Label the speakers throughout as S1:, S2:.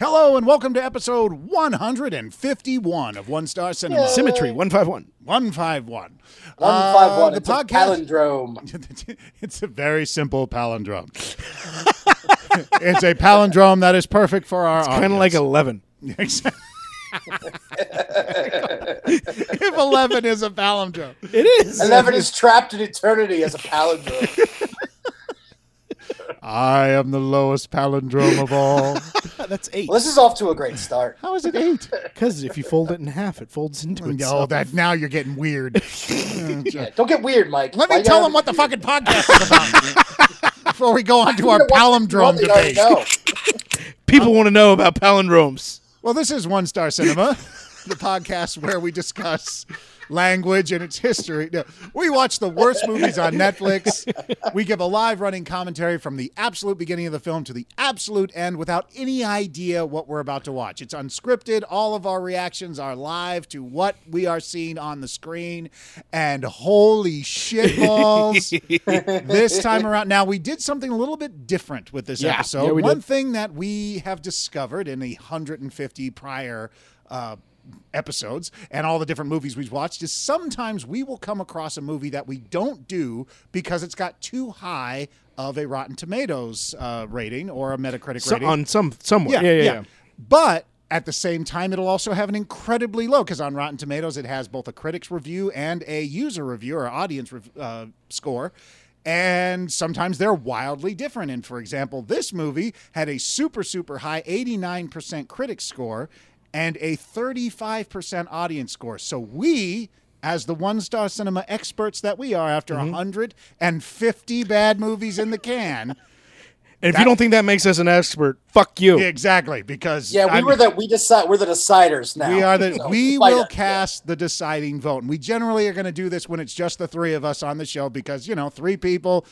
S1: Hello and welcome to episode 151 of One Star Cinema.
S2: Symmetry 151.
S1: 151.
S3: One five
S1: Uh,
S3: one.
S1: The
S3: it's
S1: podcast.
S3: A palindrome.
S1: it's a very simple palindrome. it's a palindrome that is perfect for our audience.
S2: Kind of like 11.
S1: Exactly. if 11 is a palindrome.
S2: It is.
S3: Eleven is trapped in eternity as a palindrome.
S1: I am the lowest palindrome of all.
S2: That's 8.
S3: well, this is off to a great start.
S1: How is it 8?
S2: Because if you fold it in half, it folds into
S1: No,
S2: itself.
S1: that now you're getting weird.
S3: Yeah, don't get weird, Mike. um,
S1: Let
S3: Why
S1: me
S3: you
S1: tell
S3: gotta
S1: them what the fucking podcast is about before we go on to our
S3: be-
S1: palindrome
S3: What they already
S1: debate.
S3: know.
S2: People want to know about palindromes.
S1: Well, this is One Star Cinema, the podcast where we discuss language and its history. No, we watch the worst movies on Netflix. We give a live running commentary from the absolute beginning of the film to the absolute end without any idea what we're about to watch. It's unscripted. All of our reactions are live to what we are seeing on the screen. And holy shit balls. this time around. Now we did something a little bit different with this
S2: Yeah.
S1: episode.
S2: Yeah, we
S1: One
S2: did.
S1: thing that we have discovered in the 150 prior uh, episodes and all the different movies we've watched is sometimes we will come across a movie that we don't do because it's got too high of a Rotten Tomatoes uh, rating or a Metacritic
S2: So,
S1: rating.
S2: on some somewhere. Yeah, yeah, yeah.
S1: But at the same time, it'll also have an incredibly low because on Rotten Tomatoes, it has both a critic's review and a user review or audience rev- uh, score. And sometimes they're wildly different. And for example, this movie had a super, super high 89% critic score and a 35% audience score. So we, as the one star cinema experts that we are after
S2: Mm-hmm.
S1: 150 bad movies in the can,
S2: And if you don't think that makes us an expert, fuck you.
S1: exactly, because
S3: Yeah, we
S1: I'm-
S3: were the we decide we're the deciders now.
S1: We are the
S3: So,
S1: we
S3: fight
S1: will
S3: us.
S1: cast the deciding vote. And we generally are going to do this when it's just the three of us on the show because, you know, three people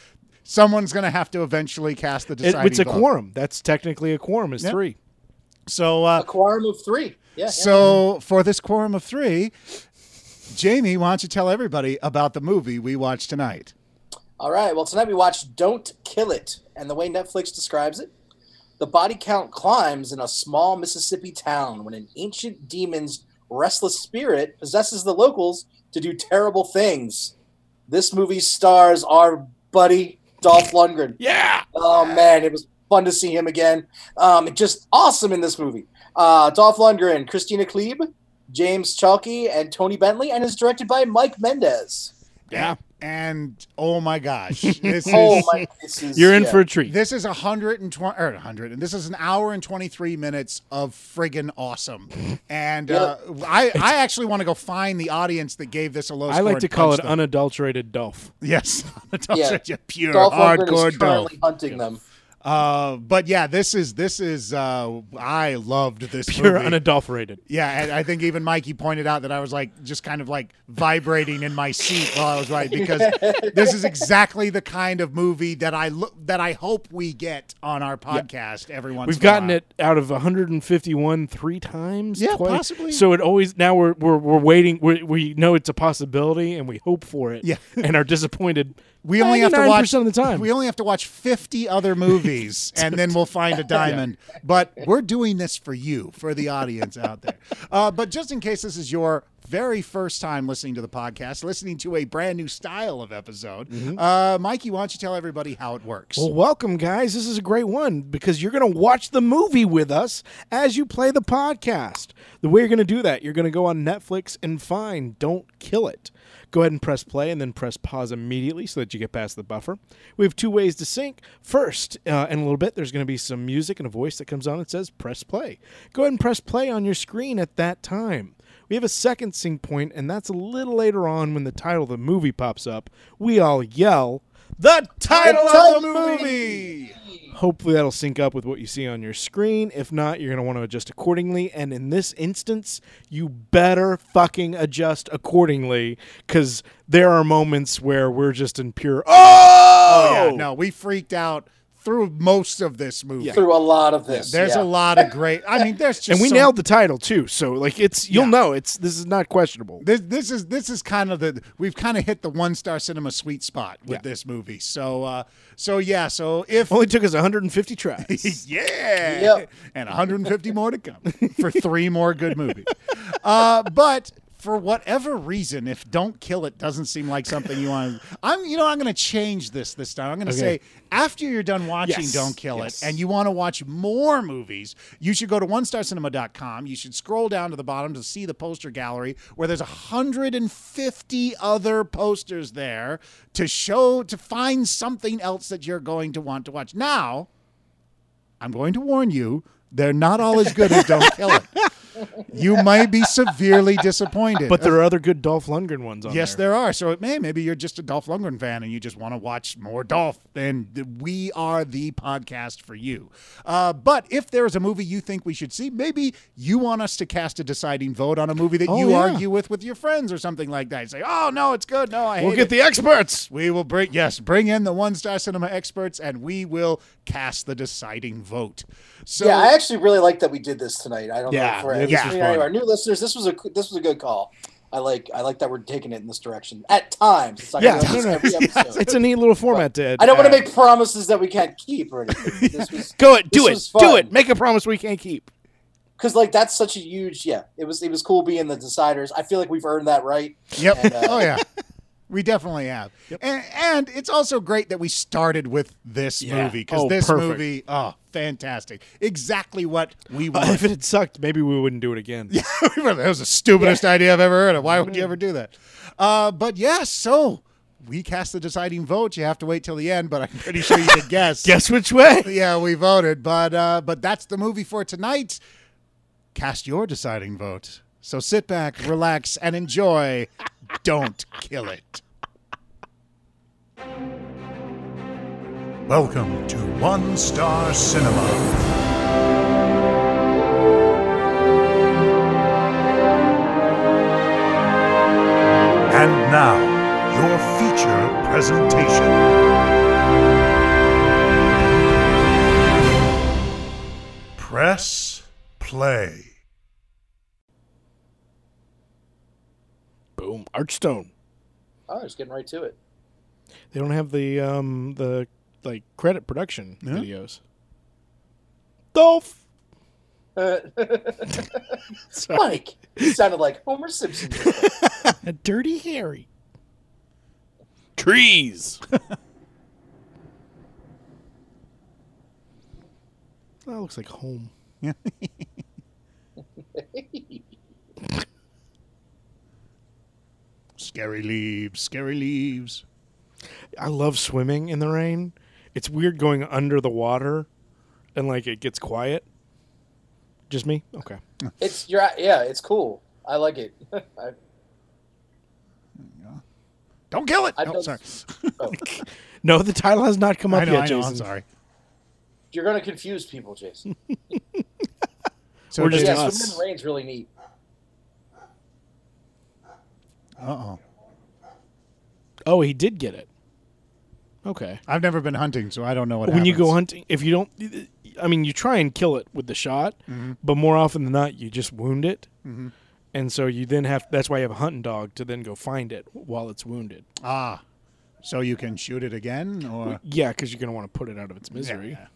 S1: someone's going to have to eventually cast the
S2: It-
S1: deciding
S2: it's a
S1: vote.
S2: quorum. That's technically a quorum, is
S1: Yeah.
S2: three.
S1: So uh
S3: a quorum of three. Yeah. yeah.
S1: so for this quorum of 3, Jamie, why don't you tell everybody about the movie we watched tonight?
S3: All right. Well, tonight we watched Don't Kill It. And the way Netflix describes it, the body count climbs in a small Mississippi town when an ancient demon's restless spirit possesses the locals to do terrible things. This movie stars our buddy Dolph Lundgren.
S2: Yeah.
S3: Oh man, it was fun to see him again. Um, just awesome in this movie. Uh, Dolph Lundgren, Christina Klebe, James Chalky, and Tony Bentley, and is directed by Mike Mendez.
S2: Yeah.
S1: And oh my gosh, this
S3: Oh
S1: is
S3: my, this is,
S2: You're in
S3: yeah.
S2: for a treat.
S1: This is 120 or 100 and this is an hour and 23 minutes of friggin' awesome. And uh, I I actually want to go find the audience that gave this a low
S2: I
S1: score
S2: like to
S1: and
S2: call
S1: punch
S2: it
S1: them.
S2: unadulterated Dolph.
S1: Yes,
S3: Yeah.
S1: such a pure
S3: Dolph Lundgren
S1: hardcore
S3: is currently
S1: Dolph.
S3: hunting them.
S1: Uh, but yeah, this is this is uh, I loved this
S2: Pure
S1: movie.
S2: unadulterated.
S1: yeah, and I think even Mikey pointed out that I was like just kind of like vibrating in my seat while I was right because this is exactly the kind of movie that I look that I hope we get on our podcast every once.
S2: We've
S1: in a
S2: gotten
S1: while.
S2: it out of 151 three times.
S1: Yeah,
S2: twice.
S1: possibly.
S2: So it always now we're we're, we're waiting. we we know it's a possibility and we hope for it.
S1: Yeah.
S2: and are disappointed.
S1: We only have to watch
S2: 99% of the time.
S1: We only have to watch fifty other movies, and then we'll find a diamond. But we're doing this for you, for the audience out there. Uh, but just in case this is your very first time listening to the podcast, listening to a brand new style of episode,
S2: Mm-hmm.
S1: uh, Mikey, why don't you tell everybody how it works?
S2: Well, welcome, guys. This is a great one because you're going to watch the movie with us as you play the podcast. The way you're going to do that, you're going to go on Netflix and find Don't Kill It. Go ahead and press play and then press pause immediately so that you get past the buffer. We have two ways to sync. First, uh, in a little bit, there's going to be some music and a voice that comes on that says press play. Go ahead and press play on your screen at that time. We have a second sync point, and that's a little later on when the title of the movie pops up. We all yell, The title of the movie! Hopefully that'll sync up with what you see on your screen. If not, you're going to want to adjust accordingly. And in this instance, you better fucking adjust accordingly because there are moments where we're just in pure. Oh!
S1: Oh, yeah, no, we freaked out through most of this movie.
S2: Yeah.
S3: through a lot of this.
S1: There's
S3: yeah.
S1: a lot of great. I mean, there's just
S2: and we
S1: some-
S2: nailed the title too. So like it's you'll
S1: Yeah.
S2: know it's this is not questionable.
S1: This, this is this is kind of the we've kind of hit the one star cinema sweet spot with
S2: Yeah.
S1: this movie. So uh, so yeah. So if
S2: Only took us 150 tries.
S1: yeah,
S3: Yep.
S1: and 150 more to come for three more good movies. Uh, but for whatever reason, if "Don't Kill It" doesn't seem like something you want, I'm you know I'm going to change this this time. I'm going to
S2: Okay.
S1: say after you're done watching
S2: Yes,
S1: "Don't Kill
S2: yes.
S1: It" and you want to watch more movies, you should go to onestarcinema.com. You should scroll down to the bottom to see the poster gallery where there's 150 other posters there to show to find something else that you're going to want to watch now. I'm going to warn you, they're not all as good as Don't Kill It. You might be severely disappointed.
S2: but there are other good Dolph Lundgren ones on
S1: yes,
S2: there.
S1: there are. So it may maybe you're just a Dolph Lundgren fan and you just want to watch more Dolph. Then th- we are the podcast for you. Uh, but if there is a movie you think we should see, maybe you want us to cast a deciding vote on a movie that
S2: Oh,
S1: you
S2: yeah.
S1: argue with with your friends or something like that. Say, oh no, it's good. No, I
S2: We'll
S1: hate
S2: get
S1: it.
S2: the experts.
S1: We will bring yes, bring in the one star cinema experts, and we will cast the deciding vote. So
S3: yeah, I actually really like that we did this tonight. I don't
S2: Yeah,
S3: know for
S2: yeah, this
S3: yeah,
S2: was
S3: any of
S2: fun.
S3: our new listeners. This was a this was a good call. I like I like that we're taking it in this direction at times. It's not
S2: Yeah,
S3: gonna be
S2: no,
S3: like
S2: no.
S3: this every episode.
S2: It's a neat little format to
S3: I don't want
S2: add.
S3: to make promises that we can't keep or anything. This was
S2: Go it, do
S3: This
S2: it,
S3: was
S2: do
S3: fun.
S2: it. Make a promise we can't keep.
S3: because like that's such a huge yeah. It was it was cool being the deciders. I feel like we've earned that right.
S1: Yep.
S3: And, uh,
S1: oh yeah. We definitely have. And, and it's also great that we started with this
S2: Yeah.
S1: movie because
S2: Oh,
S1: this
S2: perfect.
S1: movie, oh, fantastic. Exactly what we
S2: Uh, if
S1: wanted.
S2: it had sucked, maybe we wouldn't do it again.
S1: that was the stupidest idea I've ever heard of. Why would you ever do that? Uh, but yeah, so we cast the deciding vote. You have to wait till the end, but I'm pretty sure you could guess.
S2: Guess which way?
S1: Yeah, we voted, but uh, but that's the movie for tonight. Cast your deciding vote. So sit back, relax, and enjoy. Don't kill it. Welcome to One Star Cinema. And now, your feature presentation. Press play.
S2: Boom. Archstone.
S3: Oh, I was getting right to it.
S2: They don't have the um the like credit production
S1: Yeah.
S2: videos. Dolph. Sorry.
S3: Mike, you sounded like Homer Simpson.
S2: A dirty Harry. Trees. that looks like home.
S1: Scary leaves, scary leaves.
S2: I love swimming in the rain. It's weird going under the water and like it gets quiet. Just me? Okay.
S3: it's you're yeah. It's cool. I like it. I,
S1: Don't kill it.
S3: I
S1: Oh,
S3: don't-
S1: sorry.
S3: oh.
S2: No, the title has not come up
S1: I know,
S2: yet,
S1: I know,
S2: Jason.
S1: I'm sorry.
S3: You're gonna confuse people, Jason.
S1: So
S2: We're just-
S1: uh
S3: yeah,
S2: us.
S3: swimming in rain's really neat.
S1: oh.
S2: Oh, he did get it. Okay.
S1: I've never been hunting, so I don't know what
S2: when you go
S1: happens.
S2: hunting, if you don't, I mean, you try and kill it with the shot, but more often than not, you just wound it, and so you then have. That's why you have a hunting dog to then go find it while it's wounded.
S1: Ah. So you can shoot it again or
S2: Yeah, because you're gonna want to put it out of its misery.
S1: Yeah.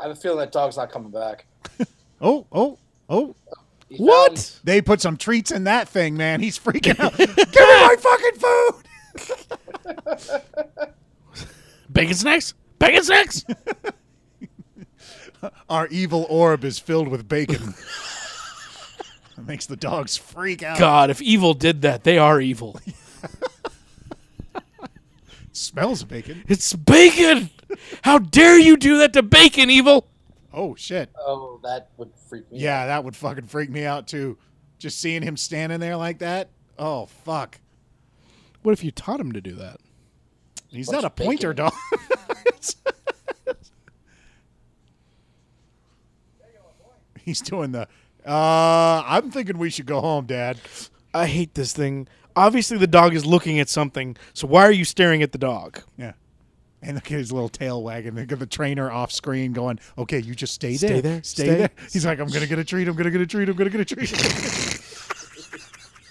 S3: I have a feeling that dog's not coming back.
S1: Oh, oh, oh.
S3: He found-
S2: What?
S1: They put some treats in that thing, man. He's freaking out. Give me my fucking food.
S2: Bacon snacks? Bacon snacks?
S1: Our evil orb is filled with bacon. it makes the dogs freak out.
S2: God, if evil did that, they are evil.
S1: Smells of bacon.
S2: It's bacon. How dare you do that to bacon, evil?
S1: Oh shit.
S3: Oh, that would freak me. out.
S1: Yeah, that would fucking freak me out too. Just seeing him standing there like that. Oh fuck.
S2: What if you taught him to do that?
S1: He's
S3: What's
S1: not a pointer
S3: bacon?
S1: dog. He's doing the. Uh, I'm thinking we should go home, Dad.
S2: I hate this thing. Obviously, the dog is looking at something. So why are you staring at the dog?
S1: Yeah. And look at his little tail wagging. They got the trainer off screen going, okay, you just stay
S2: Stay
S1: there.
S2: there,
S1: Stay,
S2: stay-
S1: there. He's like, I'm going to get a treat. I'm going to get a treat. I'm going to get a treat.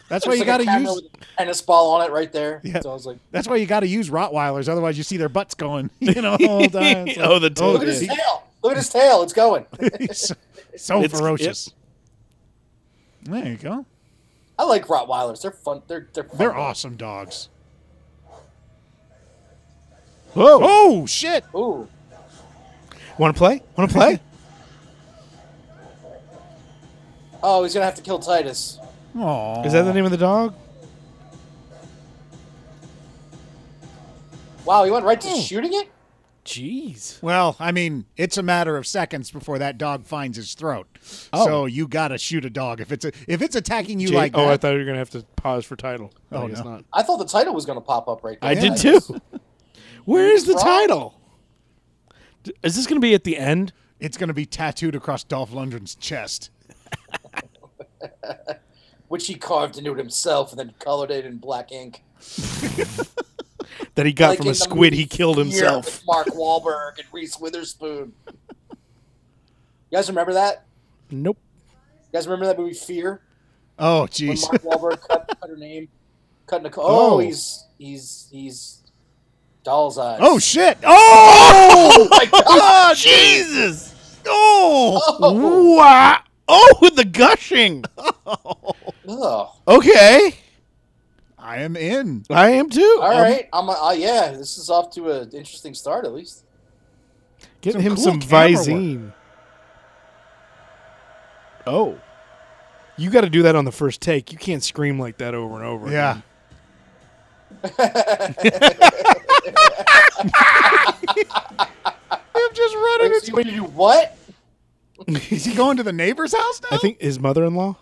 S1: That's why
S3: There's
S1: you
S3: like
S1: got to
S3: a camera
S1: use.
S3: with a tennis ball on it right there.
S1: Yeah.
S3: So I was like,
S1: That's why you got to use Rottweilers. Otherwise, you see their butts going, you know, the whole time. It's like,
S2: Oh, the tail
S3: look at his tail. Look at his tail. It's going.
S1: He's so- so
S2: It's-
S1: ferocious. There you go.
S3: I like Rottweilers. They're fun. They're they're fun.
S1: They're awesome dogs.
S2: Whoa!
S1: Oh shit!
S3: Ooh,
S2: Want to play? Want to play?
S3: oh, he's gonna have to kill Titus.
S1: Aww.
S2: Is that the name of the dog?
S3: Wow, he went right to
S1: Oh.
S3: shooting it.
S2: Jeez.
S1: Well, I mean, it's a matter of seconds before that dog finds his throat.
S2: Oh.
S1: So you gotta shoot a dog if it's a, if it's attacking you
S2: Jay-
S1: like
S2: oh, I
S1: that.
S2: thought you were gonna have to pause for title.
S1: Oh,
S2: I guess
S1: no.
S2: not.
S3: I thought the title was gonna pop up right there.
S2: I
S1: Yeah.
S2: did too. Where is the
S3: Wrong.
S2: title? D- Is this gonna be at the end?
S1: it's gonna be tattooed across Dolph Lundgren's chest.
S3: Which he carved into it himself and then colored it in black ink.
S2: That he got
S3: Like
S2: from a
S3: in the
S2: squid he
S3: movie
S2: killed
S3: Fear
S2: himself.
S3: with Mark Wahlberg and Reese Witherspoon. You guys remember that?
S2: Nope.
S3: You guys remember that movie Fear?
S1: Oh,
S3: When
S1: jeez.
S3: Mark Wahlberg cut, cut her name, cut Nicole. Oh,
S1: Oh.
S3: he's he's he's doll's eyes.
S1: Oh shit! Oh,
S3: my God!
S2: Oh, Jesus!
S1: oh!
S3: Oh.
S2: Wow! Oh, with the gushing.
S3: Ugh.
S2: Okay,
S1: I am in.
S2: I am too.
S1: Um,
S3: All right, I'm. Uh, yeah, this is off to an interesting start, at least.
S2: Get
S1: Some
S2: him
S1: cool
S2: some
S1: camera work.
S2: Visine. Oh. You got to do that on the first take. You can't scream like that over and over.
S1: Yeah.
S2: again.
S1: I'm just running.
S3: Wait, so you- wait, you do what?
S1: Is he going to the neighbor's house now?
S2: I think his mother in law.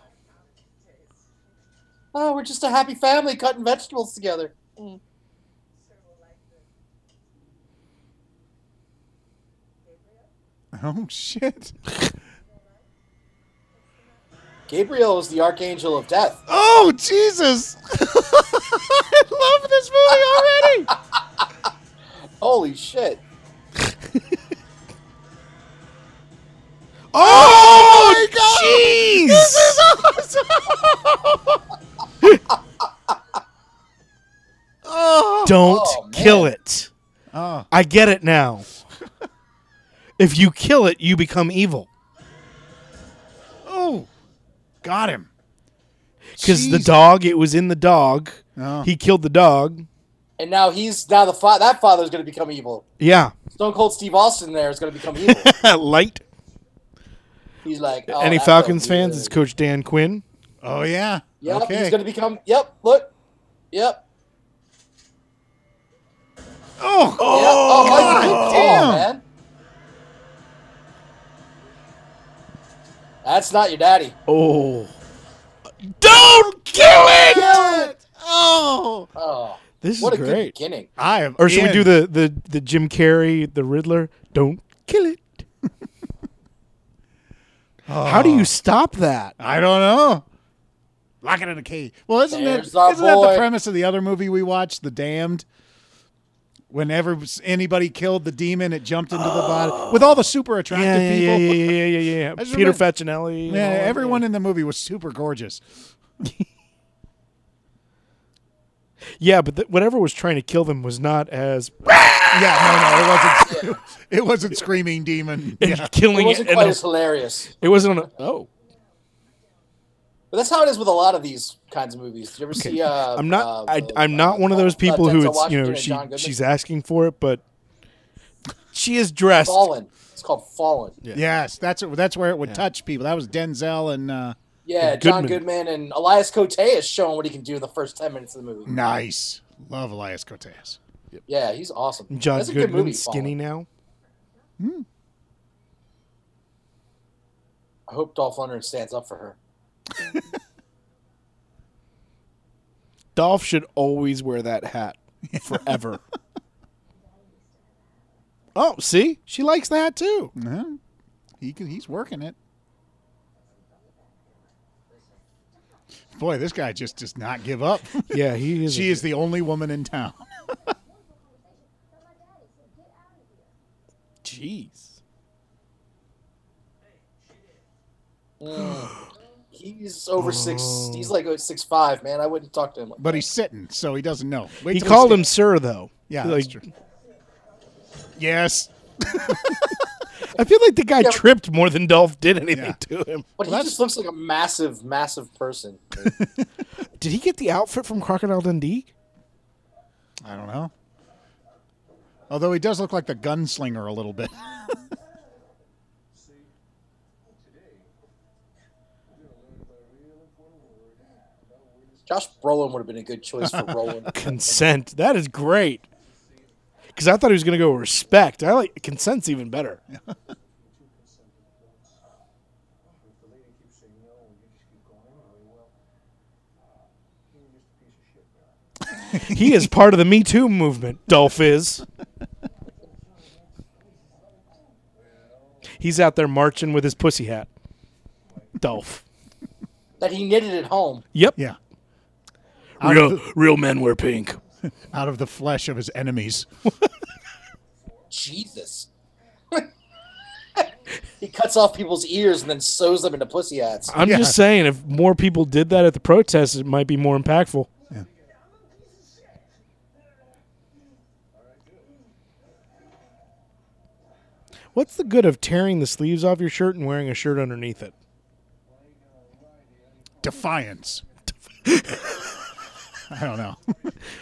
S3: Oh, we're just a happy family cutting vegetables together.
S1: Oh shit!
S3: Gabriel is the archangel of death.
S1: Oh Jesus! I love this movie already.
S3: Holy shit!
S2: Oh, my God! Jeez!
S1: oh.
S2: Don't
S3: Oh, man.
S2: kill it.
S1: oh,
S2: I get it now. if you kill it, you become evil
S1: oh, got him.
S2: because the
S1: Jeez.
S2: dog. It was in the dog.
S1: Oh.
S2: He killed the dog.
S3: And now he's now the fa- that father's going to become evil.
S2: Yeah,
S3: Stone Cold Steve Austin there is going to become evil.
S2: light.
S3: He's like oh,
S2: Any
S3: that's
S2: Falcons
S3: so
S2: fans?
S3: weird.
S2: It's Coach Dan Quinn.
S1: Oh yeah.
S3: Yep,
S1: okay.
S3: he's going to become. Yep, look. Yep.
S1: Oh.
S3: yep. Oh, my God,
S1: damn.
S3: man. That's not your daddy.
S2: Oh. Don't kill it!
S1: What? Oh.
S3: Oh,
S2: This is
S3: what a good
S2: great.
S3: beginning.
S1: I am.
S2: Or should we
S1: in.
S2: do the, the, the Jim Carrey, the Riddler? Don't kill it.
S1: Oh.
S2: How do you stop that?
S1: I don't know. Lock it in a cage. Well, isn't that
S3: There's our
S1: isn't that the
S3: boy.
S1: premise of the other movie we watched, The Damned? Whenever anybody killed the demon, it jumped into the body with all the super attractive
S2: Oh. Yeah, yeah, yeah,
S1: people.
S2: yeah, Oh, yeah, yeah, yeah, yeah.
S1: just
S2: Peter
S1: remember-
S2: Facinelli. and
S1: Yeah,
S2: all that.
S1: everyone in the movie was super gorgeous.
S2: Yeah, but th- whatever was trying to kill them was not as
S1: Yeah, no, no, it wasn't. It wasn't screaming demon. Yeah.
S3: It
S2: killing it.
S3: wasn't
S2: and
S3: quite as hilarious.
S2: it wasn't on a, oh,
S3: But that's how it is with a lot of these kinds of movies. Did you ever see? Uh,
S2: I'm not.
S3: uh,
S2: I,
S3: the-
S2: I'm not one of
S3: uh,
S2: those people who
S3: Denzel
S2: it's you
S3: Washington
S2: know
S3: and
S2: she
S3: John Goodman?
S2: she's asking for it, but she is dressed.
S3: Fallen. It's called Fallen. Yeah,
S1: Yes, that's it. That's where it would touch people. That was Denzel and uh,
S3: John
S2: Goodman.
S3: Goodman and Elias Cote is showing what he can do in the first ten minutes of the movie.
S1: nice. Love Elias Cortez.
S3: Yeah, he's awesome.
S2: John
S3: That's a good
S2: Goodman,
S3: movie.
S2: skinny
S3: Fallen.
S2: now.
S3: I hope Dolph Lundgren stands up for her.
S2: Dolph should always wear that hat forever. oh, see, she likes the hat too.
S1: Uh-huh. He can, he's working it. Boy, this guy just does not give up.
S2: Yeah, he is.
S1: she is the only woman in town.
S2: Jeez.
S3: He's over six. He's like six five, man. I wouldn't talk to him. Like
S1: Oh. But he's sitting, so he doesn't know. Wait
S2: He
S1: till
S2: called him
S1: sits.
S2: sir though.
S1: Yeah,
S2: Like,
S1: that's true. Yes.
S2: I feel like the guy
S3: Yeah.
S2: tripped more than Dolph did anything to him.
S3: but he just looks like a massive, massive person.
S2: Did he get the outfit from Crocodile Dundee?
S1: I don't know. Although he does look like the gunslinger a little bit.
S3: Josh Brolin would have been a good choice for Brolin.
S2: Consent. That is great. Because I thought he was going to go respect. I like consent's even better.
S4: If the lady keeps saying no, and you just keep going anyway, well, uh, you're just a piece of shit, man.
S2: He is part of the Me Too movement. Dolph is. He's out there marching with his pussy hat. Dolph.
S3: that he knitted at home.
S2: Yep.
S1: yeah. Out
S2: Real,
S1: of,
S2: real men wear pink.
S1: out of the flesh of his enemies.
S3: Jesus. he cuts off people's ears and then sews them into pussy hats.
S2: I'm
S1: Yeah.
S2: just saying, if more people did that at the protests, it might be more impactful. What's the good of tearing the sleeves off your shirt and wearing a shirt underneath it?
S1: Defiance. I don't know.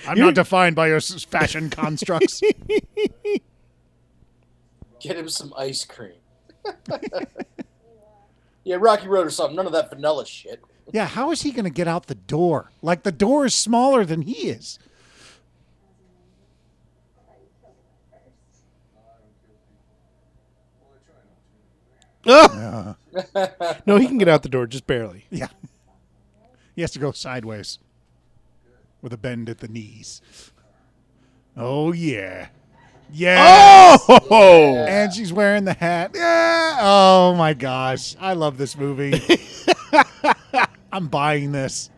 S1: I'm not defined by your s- fashion constructs.
S3: Get him some ice cream. yeah, Rocky Road or something. None of that vanilla shit.
S1: yeah, how is he going to get out the door? Like the door is smaller than he is.
S4: Well, I try not to.
S2: No, he can get out the door just barely.
S1: Yeah. He has to go sideways with a bend at the knees. Oh, yeah. Yeah.
S2: Oh!
S1: And she's wearing the hat. Yeah. Oh, my gosh. I love this movie. I'm buying this.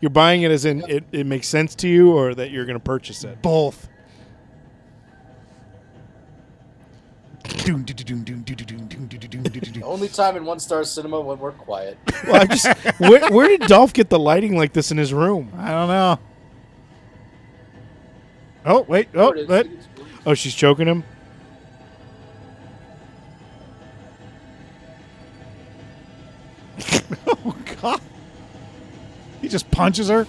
S2: You're buying it as in it, it makes sense to you or that you're going to purchase it?
S1: Both. Doom, doo, doo, doom, doom, doo, doo, doom, doom, doo, doo, doom, doo, doo, doo.
S3: Only time in one star cinema when we're quiet.
S2: Well, I just, where, where did Dolph get the lighting like this in his room?
S1: I don't know. Oh, wait. Oh, but
S2: Oh, she's choking him?
S1: Oh God! He just punches her.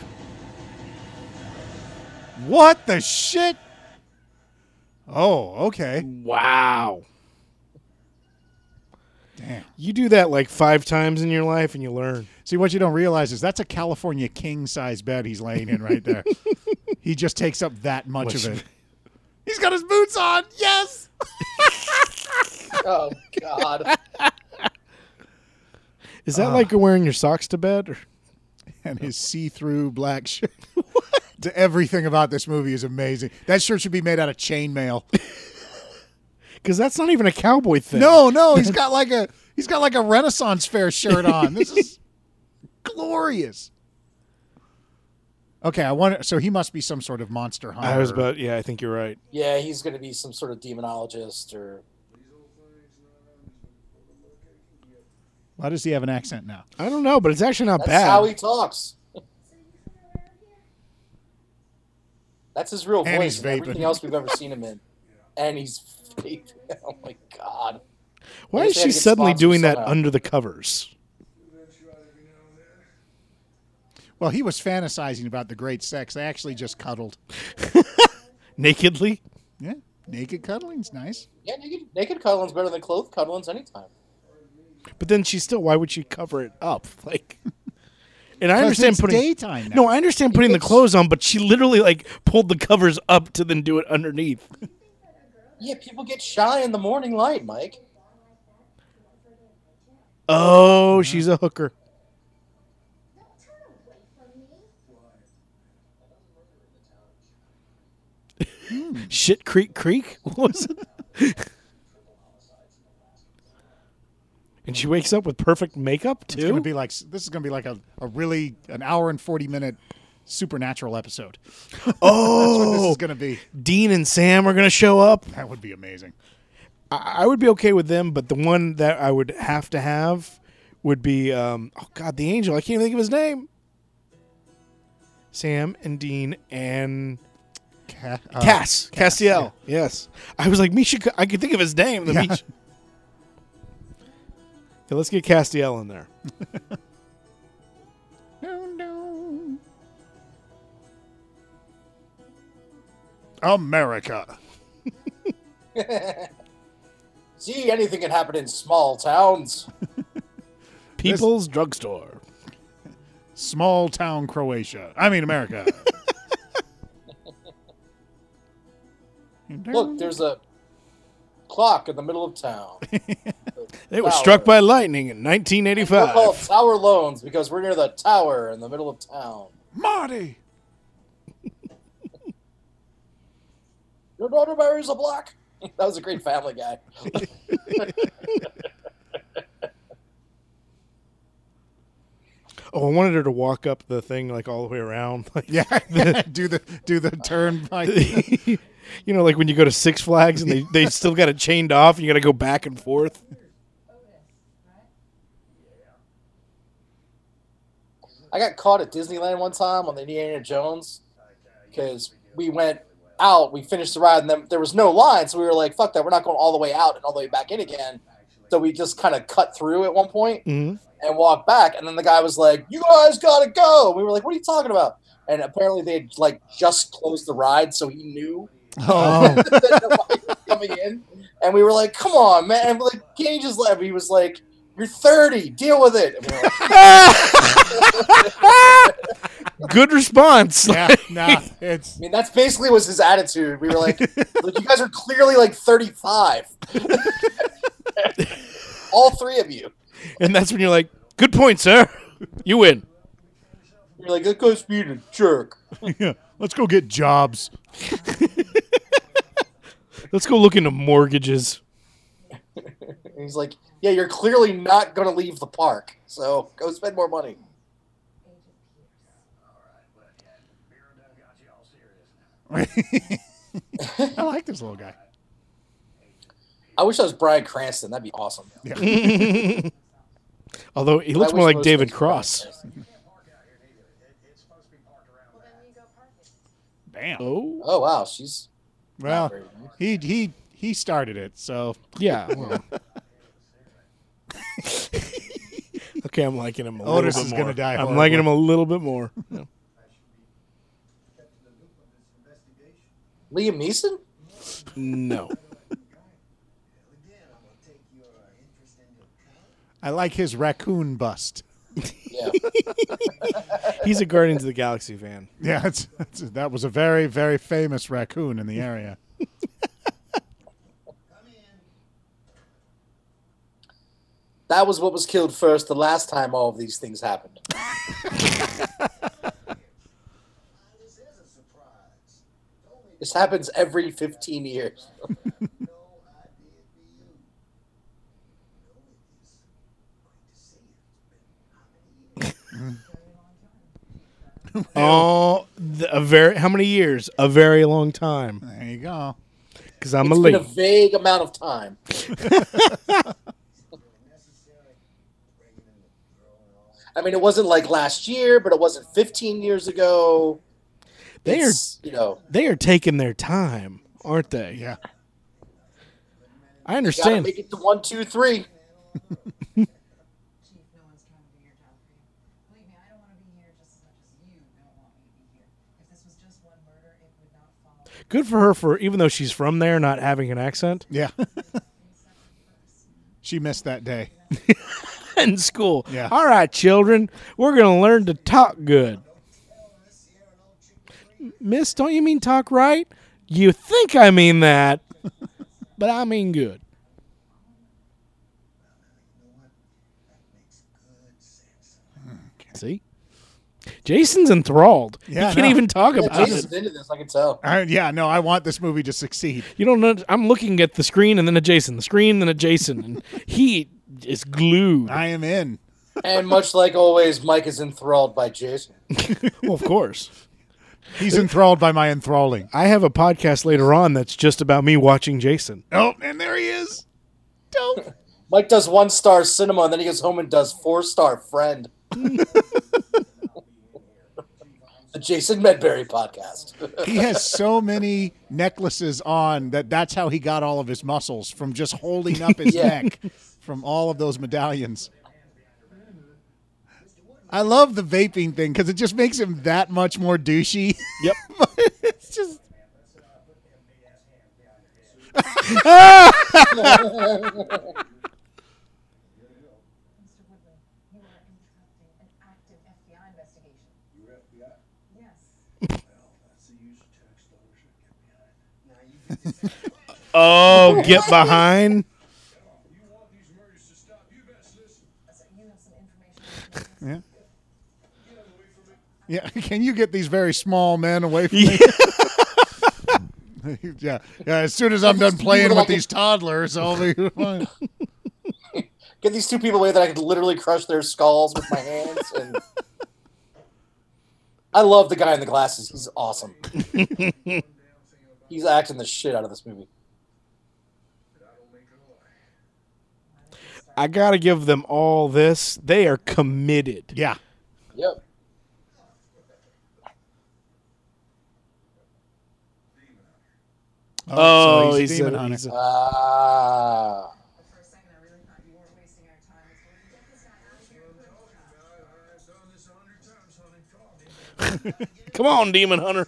S1: What the shit? Oh, okay.
S2: Wow.
S1: Damn.
S2: You do that like five times in your life and you learn.
S1: See, what you don't realize is that's a California king size bed he's laying in right there. he just takes up that much of it. He's got his boots on. Yes.
S3: Oh, God.
S2: Is
S1: Ah.
S2: that like you're wearing your socks to bed? Or?
S1: And his see through black shirt. To Everything about this movie is amazing. That shirt should be made out of chainmail.
S2: Because that's not even a cowboy thing.
S1: No, no, he's got like a he's got like a Renaissance fair shirt on. This is glorious. Okay, I wonder. So he must be some sort of monster hunter.
S2: I was about, yeah, I think you're right.
S3: Yeah, he's going to be some sort of demonologist or.
S1: Why does he have an accent now?
S2: I don't know, but it's actually not
S3: That's
S2: bad.
S3: how he talks. That's his real
S1: And
S3: voice.
S1: he's
S3: and
S1: vaping.
S3: everything else we've ever seen him in. And he's vaping. Oh, my God.
S2: Why
S3: They
S2: is
S3: say I
S2: she
S3: get
S2: suddenly
S3: sponsored
S2: doing that
S3: somehow.
S2: under the covers?
S4: Eventuality now and then.
S1: Well, he was fantasizing about the great sex. They actually just cuddled.
S2: Nakedly?
S1: Yeah, naked cuddling's nice.
S3: Yeah, naked, naked cuddling's better than clothed cuddling's anytime.
S2: But then she still, why would she cover it up? Like, and I
S1: 'Cause
S2: understand
S1: it's
S2: putting.
S1: daytime now.
S2: No, I understand putting the clothes on, but she literally like pulled the covers up to then do it underneath.
S3: Yeah, people get shy in the morning light, Mike.
S1: Mm-hmm.
S2: Oh, she's a hooker.
S1: Hmm.
S2: Shit Creek Creek? What was it? and she wakes up with perfect makeup
S1: It's gonna
S2: too.
S1: be like this is gonna be like a, a really an hour and forty minute supernatural episode. That's what this
S2: Oh,
S1: is going to be.
S2: Dean and Sam are going to show up.
S1: That would be amazing.
S2: I, I would be okay with them, but the one that I would have to have would be um, oh god, the angel. I can't even think of his name. Sam and Dean and
S1: Ca- uh,
S2: Cass Castiel. Yes, I was like Misha. I could think of his name. The
S1: Yeah.
S2: Misha- Yeah, let's get Castiel in there.
S1: No, no. America.
S3: See, anything can happen in small towns.
S2: People's Drugstore.
S1: Small town Croatia. I mean, America.
S3: Look, there's a clock in the middle of town.
S2: They were
S3: Tower.
S2: struck by lightning in
S3: We're called
S2: 1985.
S3: Tower Loans because we're near the tower in the middle of town.
S1: Marty.
S3: Your daughter marries a block. That was a great Family Guy.
S2: Oh, I wanted her to walk up the thing like all the way around. Like,
S1: Yeah, do the do the turn. Mike.
S2: you know, like when you go to Six Flags and they, they still got it chained off and you got to go back and forth.
S3: I got caught at Disneyland one time on the Indiana Jones because we went out, we finished the ride, and then there was no line, so we were like, "Fuck that! We're not going all the way out and all the way back in again." So we just kind of cut through at one point
S2: Mm-hmm.
S3: and walked back, and then the guy was like, "You guys gotta go." We were like, "What are you talking about?" And apparently they had like just closed the ride, so he knew
S1: Oh,
S3: that nobody was coming in, and we were like, "Come on, man!" And we're like, "Can you just let me?" He was like, "You're 30, deal with it." And we were like,
S2: Oh. Good response.
S1: yeah, nah, it's
S3: I mean, that's basically was his attitude. We were like, "Look, you guys are clearly like 35. All three of you.
S2: And that's when you're like, good point, sir. You win.
S3: You're like, that guy's being a jerk.
S1: yeah, let's go get jobs.
S2: Let's go look into mortgages.
S3: And he's like, yeah, you're clearly not going to leave the park. So go spend more money.
S1: I like this little guy.
S3: I wish I was Brian Cranston. That'd be awesome.
S2: Although he looks
S3: I
S2: more
S3: wish
S2: like
S3: I was
S2: David
S3: Brian
S2: Cross.
S3: Cranston.
S1: Damn.
S2: Oh,
S3: Oh, wow. She's.
S1: well,
S3: very nice.
S1: he he he started it, so
S2: yeah. well. okay, I'm liking him a little
S1: Otis
S2: bit
S1: is
S2: more.
S1: gonna die
S2: I'm
S1: horribly.
S2: liking him a little bit more.
S3: Liam Neeson?
S2: No.
S1: I like his raccoon bust.
S3: Yeah.
S2: He's a Guardians of the Galaxy fan.
S1: Yeah, it's, it's, that was a very very famous raccoon in the area.
S3: that was what was killed first the last time all of these things happened. This happens every 15 years.
S2: Oh, th- a very how many years? A very long time.
S1: There you go.
S2: Because I'm
S3: It's
S2: a
S3: been a
S2: leaf.
S3: vague amount of time. I mean, it wasn't like last year, but it wasn't 15 years ago.
S2: They are
S3: It's, you know,
S2: they are taking their time, aren't they?
S1: Yeah.
S2: I
S3: gotta
S2: understand.
S3: make it to one, two, three.
S5: Chief, no one's trying to do your job for you. Believe me, I don't want to be here just as much as you don't want me to be here. If this was just one murder, it would not follow.
S2: Good for her for even though she's from there, not having an accent
S1: Yeah. she missed that day.
S2: in school.
S1: Yeah.
S2: All right, children, we're gonna learn to talk good. Miss, don't you mean talk right? You think I mean that, but I mean good. See, Jason's enthralled.
S1: Yeah, I
S2: he can't
S1: know.
S2: even talk
S3: Yeah,
S2: about it.
S3: Jason's into this, I can tell.
S1: I, yeah, no, I want this movie to succeed.
S2: You don't know. I'm looking at the screen and then at Jason, the screen, then at Jason, and he is glued.
S1: I am in.
S3: and much like always, Mike is enthralled by Jason.
S2: well, of course.
S1: He's enthralled by my enthralling.
S2: I have a podcast later on that's just about me watching Jason.
S1: Oh, and there he is. Dope.
S3: Mike does one star cinema, and then he goes home and does four star friend. the Jason Medberry podcast.
S1: He has so many necklaces on that that's how he got all of his muscles from just holding up his
S3: Yeah.
S1: neck from all of those medallions. I love the vaping thing because it just makes him that much more douchey.
S2: Yep.
S1: it's just
S5: Mr. Woodley, you are interrupting an active FBI investigation.
S4: You're FBI.
S5: Yes.
S4: That's the use of tax dollars that get behind. Now you
S2: Oh, get behind.
S4: you want these murders to stop, you best listen.
S5: So you have some information.
S1: yeah.
S4: Get away from it.
S1: Yeah, can you get these very small men away from me? yeah, yeah. As soon as I'm done playing with these toddlers, I'll be fine.
S3: Get these two people away that I could literally crush their skulls with my hands. And I love the guy in the glasses. He's awesome. He's acting the shit out of this movie.
S2: I got to give them all this. They are committed.
S1: Yeah,
S3: Yep.
S2: Oh,
S1: so
S2: he's
S1: demon
S2: a-
S1: hunter.
S2: he's a-
S3: Ah.
S5: For a second, I really thought you weren't wasting our time. It's going to get this guy out of here. and put him in jail.
S4: I've done this a hundred times, honey. Call me.
S2: Come on, Demon Hunter.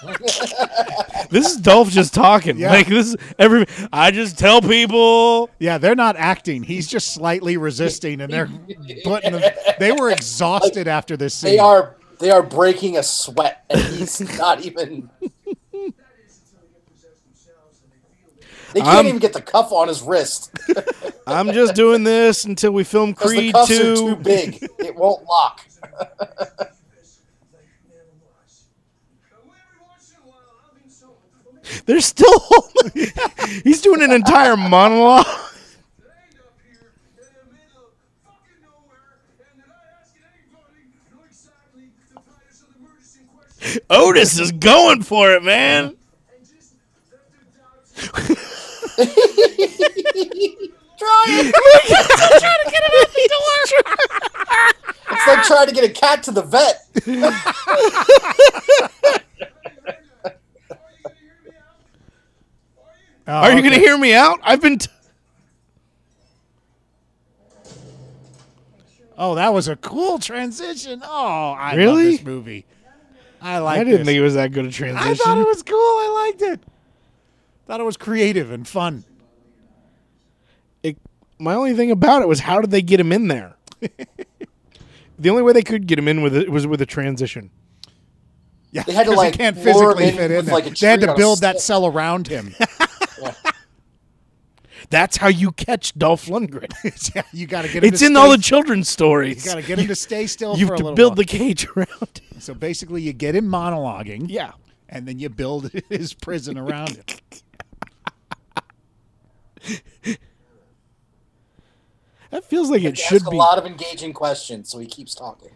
S4: What I do, then you sit there looking dumbstruck and
S2: This is Dolph just talking.
S1: Yeah.
S2: Like this is every I just tell people
S1: yeah, they're not acting. He's just slightly resisting, and they're putting them. They were exhausted after this scene.
S3: They are they are breaking a sweat, and he's not even. They can't
S2: I'm-
S3: even get the cuff on his wrist.
S2: I'm just doing this until we film
S3: 'cause the
S2: Creed
S3: cuffs are too
S2: 2.
S3: big. It won't lock.
S4: like never was. Now, every once in a while, I'll be insulted.
S2: They're still holding. He's doing an entire monologue.
S4: Land up here in the middle of fucking nowhere, and they're not asking anybody, nor exactly the pilots of the emergency in question,
S2: Otis is going for it, man.
S4: and just let their doubts
S3: Try it. It's like trying to get a cat to the vet.
S1: Oh,
S2: Are you
S1: okay.
S2: going to hear me out? I've been. T-
S1: Oh, that was a cool transition. Oh, I
S2: Really?
S1: love this movie. I like.
S2: I didn't
S1: this.
S2: think it was that good a transition.
S1: I thought it was cool. I liked it. Thought it was creative and fun.
S2: it, my only thing about it was how did they get him in there? the only way they could get him in with it was with a transition.
S1: Yeah,
S3: They had to,
S1: 'cause
S3: like,
S1: he can't
S3: lure him
S1: physically
S3: in
S1: fit in
S3: with,
S1: there.
S3: like, a
S1: they had
S3: tree on
S1: to
S3: a
S1: build that
S3: stick.
S1: cell around him.
S2: That's how you catch Dolph Lundgren.
S1: Yeah, you got to get. Him
S2: it's
S1: to
S2: in
S1: stay-
S2: all the children's
S1: You
S2: stories.
S1: got to get him to stay still.
S2: you
S1: for a
S2: have to
S1: little
S2: build
S1: while.
S2: the cage around. it.
S1: So basically, you get him monologuing,
S2: yeah.
S1: and then you build his prison around him.
S2: That feels like it
S3: He
S2: should
S3: asks a
S2: be.
S3: lot of engaging questions, so he keeps talking.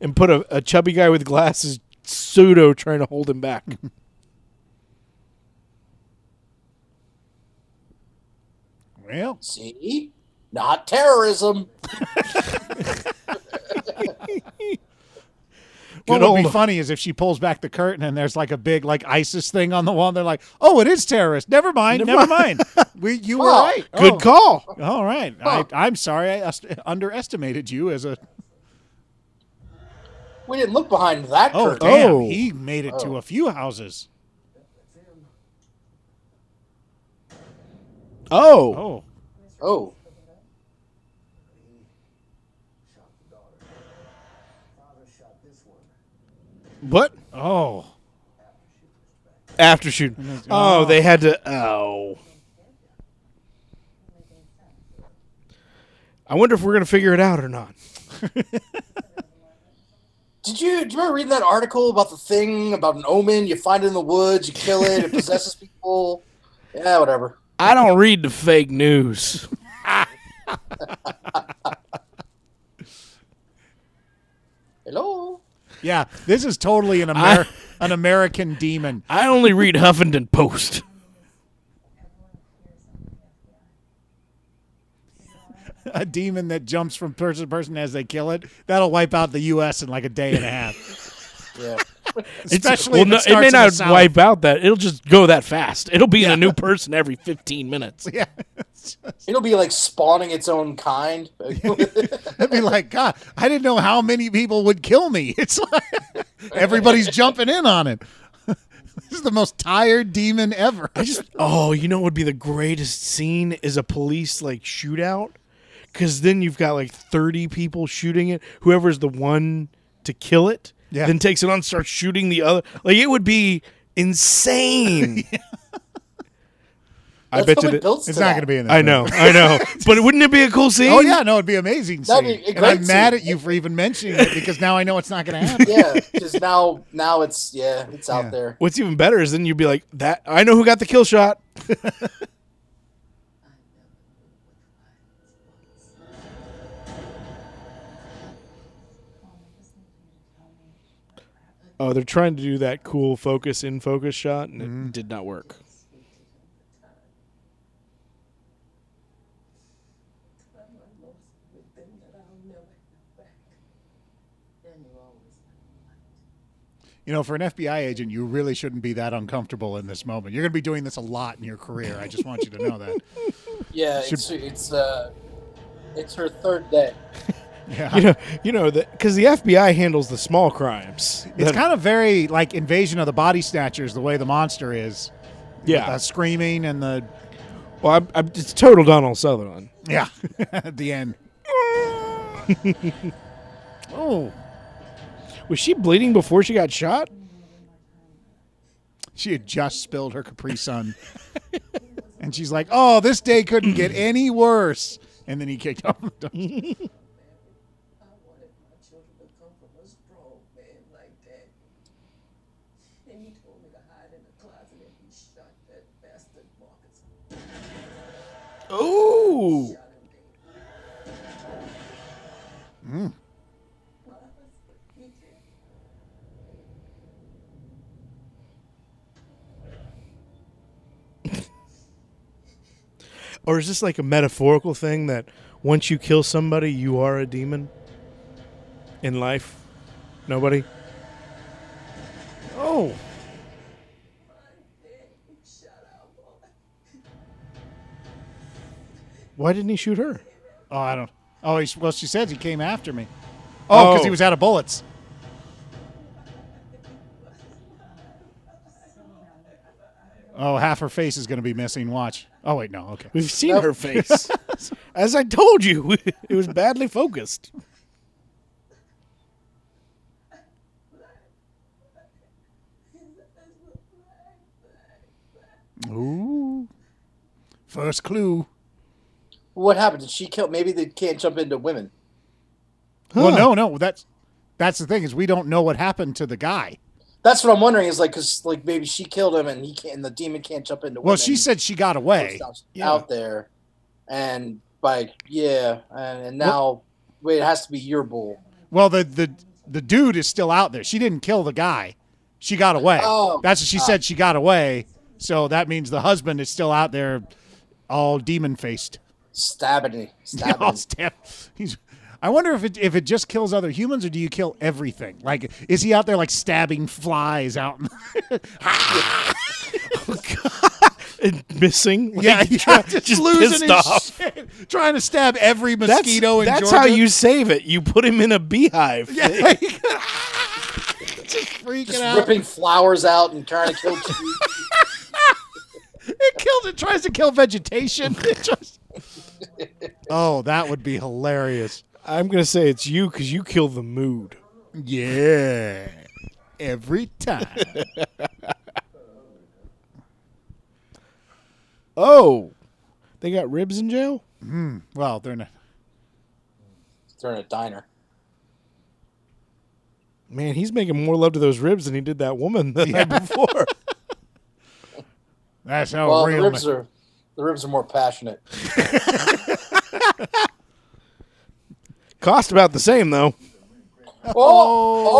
S2: And put a, a chubby guy with glasses pseudo trying to hold him back.
S1: Well,
S3: See, not terrorism.
S1: what
S2: Good
S1: would be
S2: old-
S1: funny is if she pulls back the curtain and there's like a big like ISIS thing on the wall. And they're like, "Oh, it is terrorist. Never mind. Never,
S2: Never
S1: mind. we, you were
S3: Huh.
S1: right.
S2: Good
S1: Oh,
S2: call.
S1: All right.
S3: Huh.
S1: I, I'm sorry. I ust- underestimated you as a.
S3: We didn't look behind that
S1: Oh,
S3: curtain.
S1: damn.
S2: Oh.
S1: He made it to
S3: Oh.
S1: a few houses.
S2: Oh.
S1: Oh,
S3: Oh,
S4: shot the daughter. Father shot this one
S2: What?
S1: oh.
S4: after she was back.
S2: After shooting. Oh, they had to. Oh. I wonder if we're going to figure it out or not.
S3: did you, do you remember reading that article about the thing about an omen? You find it in the woods, you kill it, it possesses people. Yeah, whatever.
S2: I don't read the fake news.
S3: Hello.
S1: Yeah, this is totally an Amer- an American demon.
S2: I only read Huffington Post.
S1: a demon that jumps from person to person as they kill it. That'll wipe out the U.S. in like a day and a half.
S3: Yeah.
S1: Especially
S2: well,
S1: if it,
S2: no, it
S1: starts
S2: may
S1: in the
S2: not
S1: South.
S2: wipe out that. It'll just go that fast. It'll be in a new person every 15 minutes.
S1: Yeah,
S3: It'll be like spawning its own kind.
S1: it'd be like God. I didn't know how many people would kill me. It's like everybody's jumping in on it. this is the most tired demon ever.
S2: I just oh, you know what would be the greatest scene is a police like shootout cuz then you've got like 30 people shooting it. Whoever's the one to kill it
S1: Yeah.
S2: then takes it on and starts shooting the other. Like it would be insane. I
S3: That's
S2: bet
S3: how
S2: you
S3: it
S2: that-
S3: builds
S1: it's
S3: to
S1: not
S3: that.
S1: going to be in. This
S2: I know. I know. but wouldn't it be a cool scene?
S1: Oh yeah, no, it'd be amazing.
S3: That'd be
S1: Scene. and
S3: a
S1: I'm
S3: great
S1: mad
S3: scene.
S1: at you for even mentioning it because now I know it's not going to happen.
S3: Yeah, because now now it's yeah it's
S1: Yeah.
S3: out there.
S2: What's even better is then you'd be like, "That I know who got the kill shot." Oh, they're trying to do that cool focus in focus shot, and
S1: Mm.
S2: it did not work.
S1: You know, for an FBI agent, you really shouldn't be that uncomfortable in this moment. You're going to be doing this a lot in your career. I just want you to know that.
S3: Yeah, it's it's uh it's her third day.
S1: Yeah.
S2: You know, you know that because the FBI handles the small crimes.
S1: It's
S2: That-
S1: kind of very like Invasion of the Body Snatchers, the way the monster is.
S2: yeah.
S1: The screaming and the
S2: well, I'm, I'm, it's total Donald Sutherland.
S1: yeah, at the end. oh,
S2: Was she bleeding before she got shot?
S1: she had just spilled her Capri Sun, and she's like, "Oh, this day couldn't get any worse." And then he kicked off. the door.
S5: I wanted my children to come from a strong man like that. And he told me to hide in the closet and he shot that bastard Marcus.
S2: Ooh.
S5: Shot him dead. Marcus, he did.
S2: Or is this like a metaphorical thing that once you kill somebody, you are a demon in life? Nobody? Oh. Why didn't he shoot her?
S1: Oh, I don't. Oh, he, well, she says he came after me. Oh, because
S2: Oh.
S1: he was out of bullets. Oh, half her face is going to be missing. Watch. Oh wait, no. Okay.
S2: We've seen her face. As I told you, it was badly focused.
S1: Ooh. First clue.
S3: What happened? Did she kill? Maybe they can't jump into women.
S1: Well, no, no. That's that's the thing is we don't know what happened to the guy.
S3: That's what I'm wondering. Is like because like maybe she killed him and he can't. And the demon can't jump into women.
S1: Well, she said she got away.
S3: It's out, out there, and like yeah, and, and now wait, it has to be your bull.
S1: Well, the the the dude is still out there. She didn't kill the guy. She got away.
S3: Oh,
S1: that's what she said. She got away. So that means the husband is still out there, all demon faced.
S3: Stabbing, stabbing.
S1: All staff- He's. I wonder if it if it just kills other humans or do you kill everything? Like, is he out there like stabbing flies out?
S2: And missing. like,
S1: yeah, yeah, just,
S2: just
S1: losing
S2: pissed
S1: his
S2: off.
S1: shit, trying to stab every
S2: That's,
S1: mosquito in
S2: that's
S1: Georgia.
S2: how you save it. You put him in a beehive.
S1: Yeah, like, just freaking
S3: just
S1: out.
S3: ripping flowers out and trying to kill. trees.
S1: It kills. It tries to kill vegetation. It just- oh, that would be hilarious.
S2: I'm gonna say it's you because you kill the mood.
S1: Yeah, every time.
S2: Oh, they got ribs in jail.
S1: well, they're not.
S3: They're in a diner.
S2: Man, he's making more love to those ribs than he did that woman the night before.
S1: That's how
S3: well, the
S1: real.
S3: ribs
S1: ma-
S3: are the ribs are more passionate.
S2: Cost about the same though.
S3: Oh,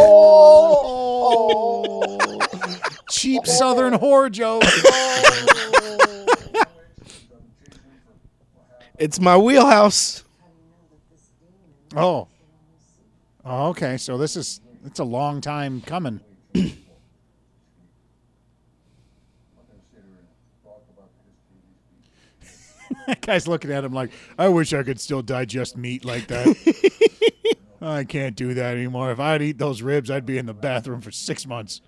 S3: oh, oh,
S1: Cheap Southern whore joke.
S2: It's my wheelhouse.
S1: Oh. oh, okay. So this is it's a long time coming. that guy's looking at him like, I wish I could still digest meat like that. I can't do that anymore. If I'd eat those ribs, I'd be in the bathroom for six months.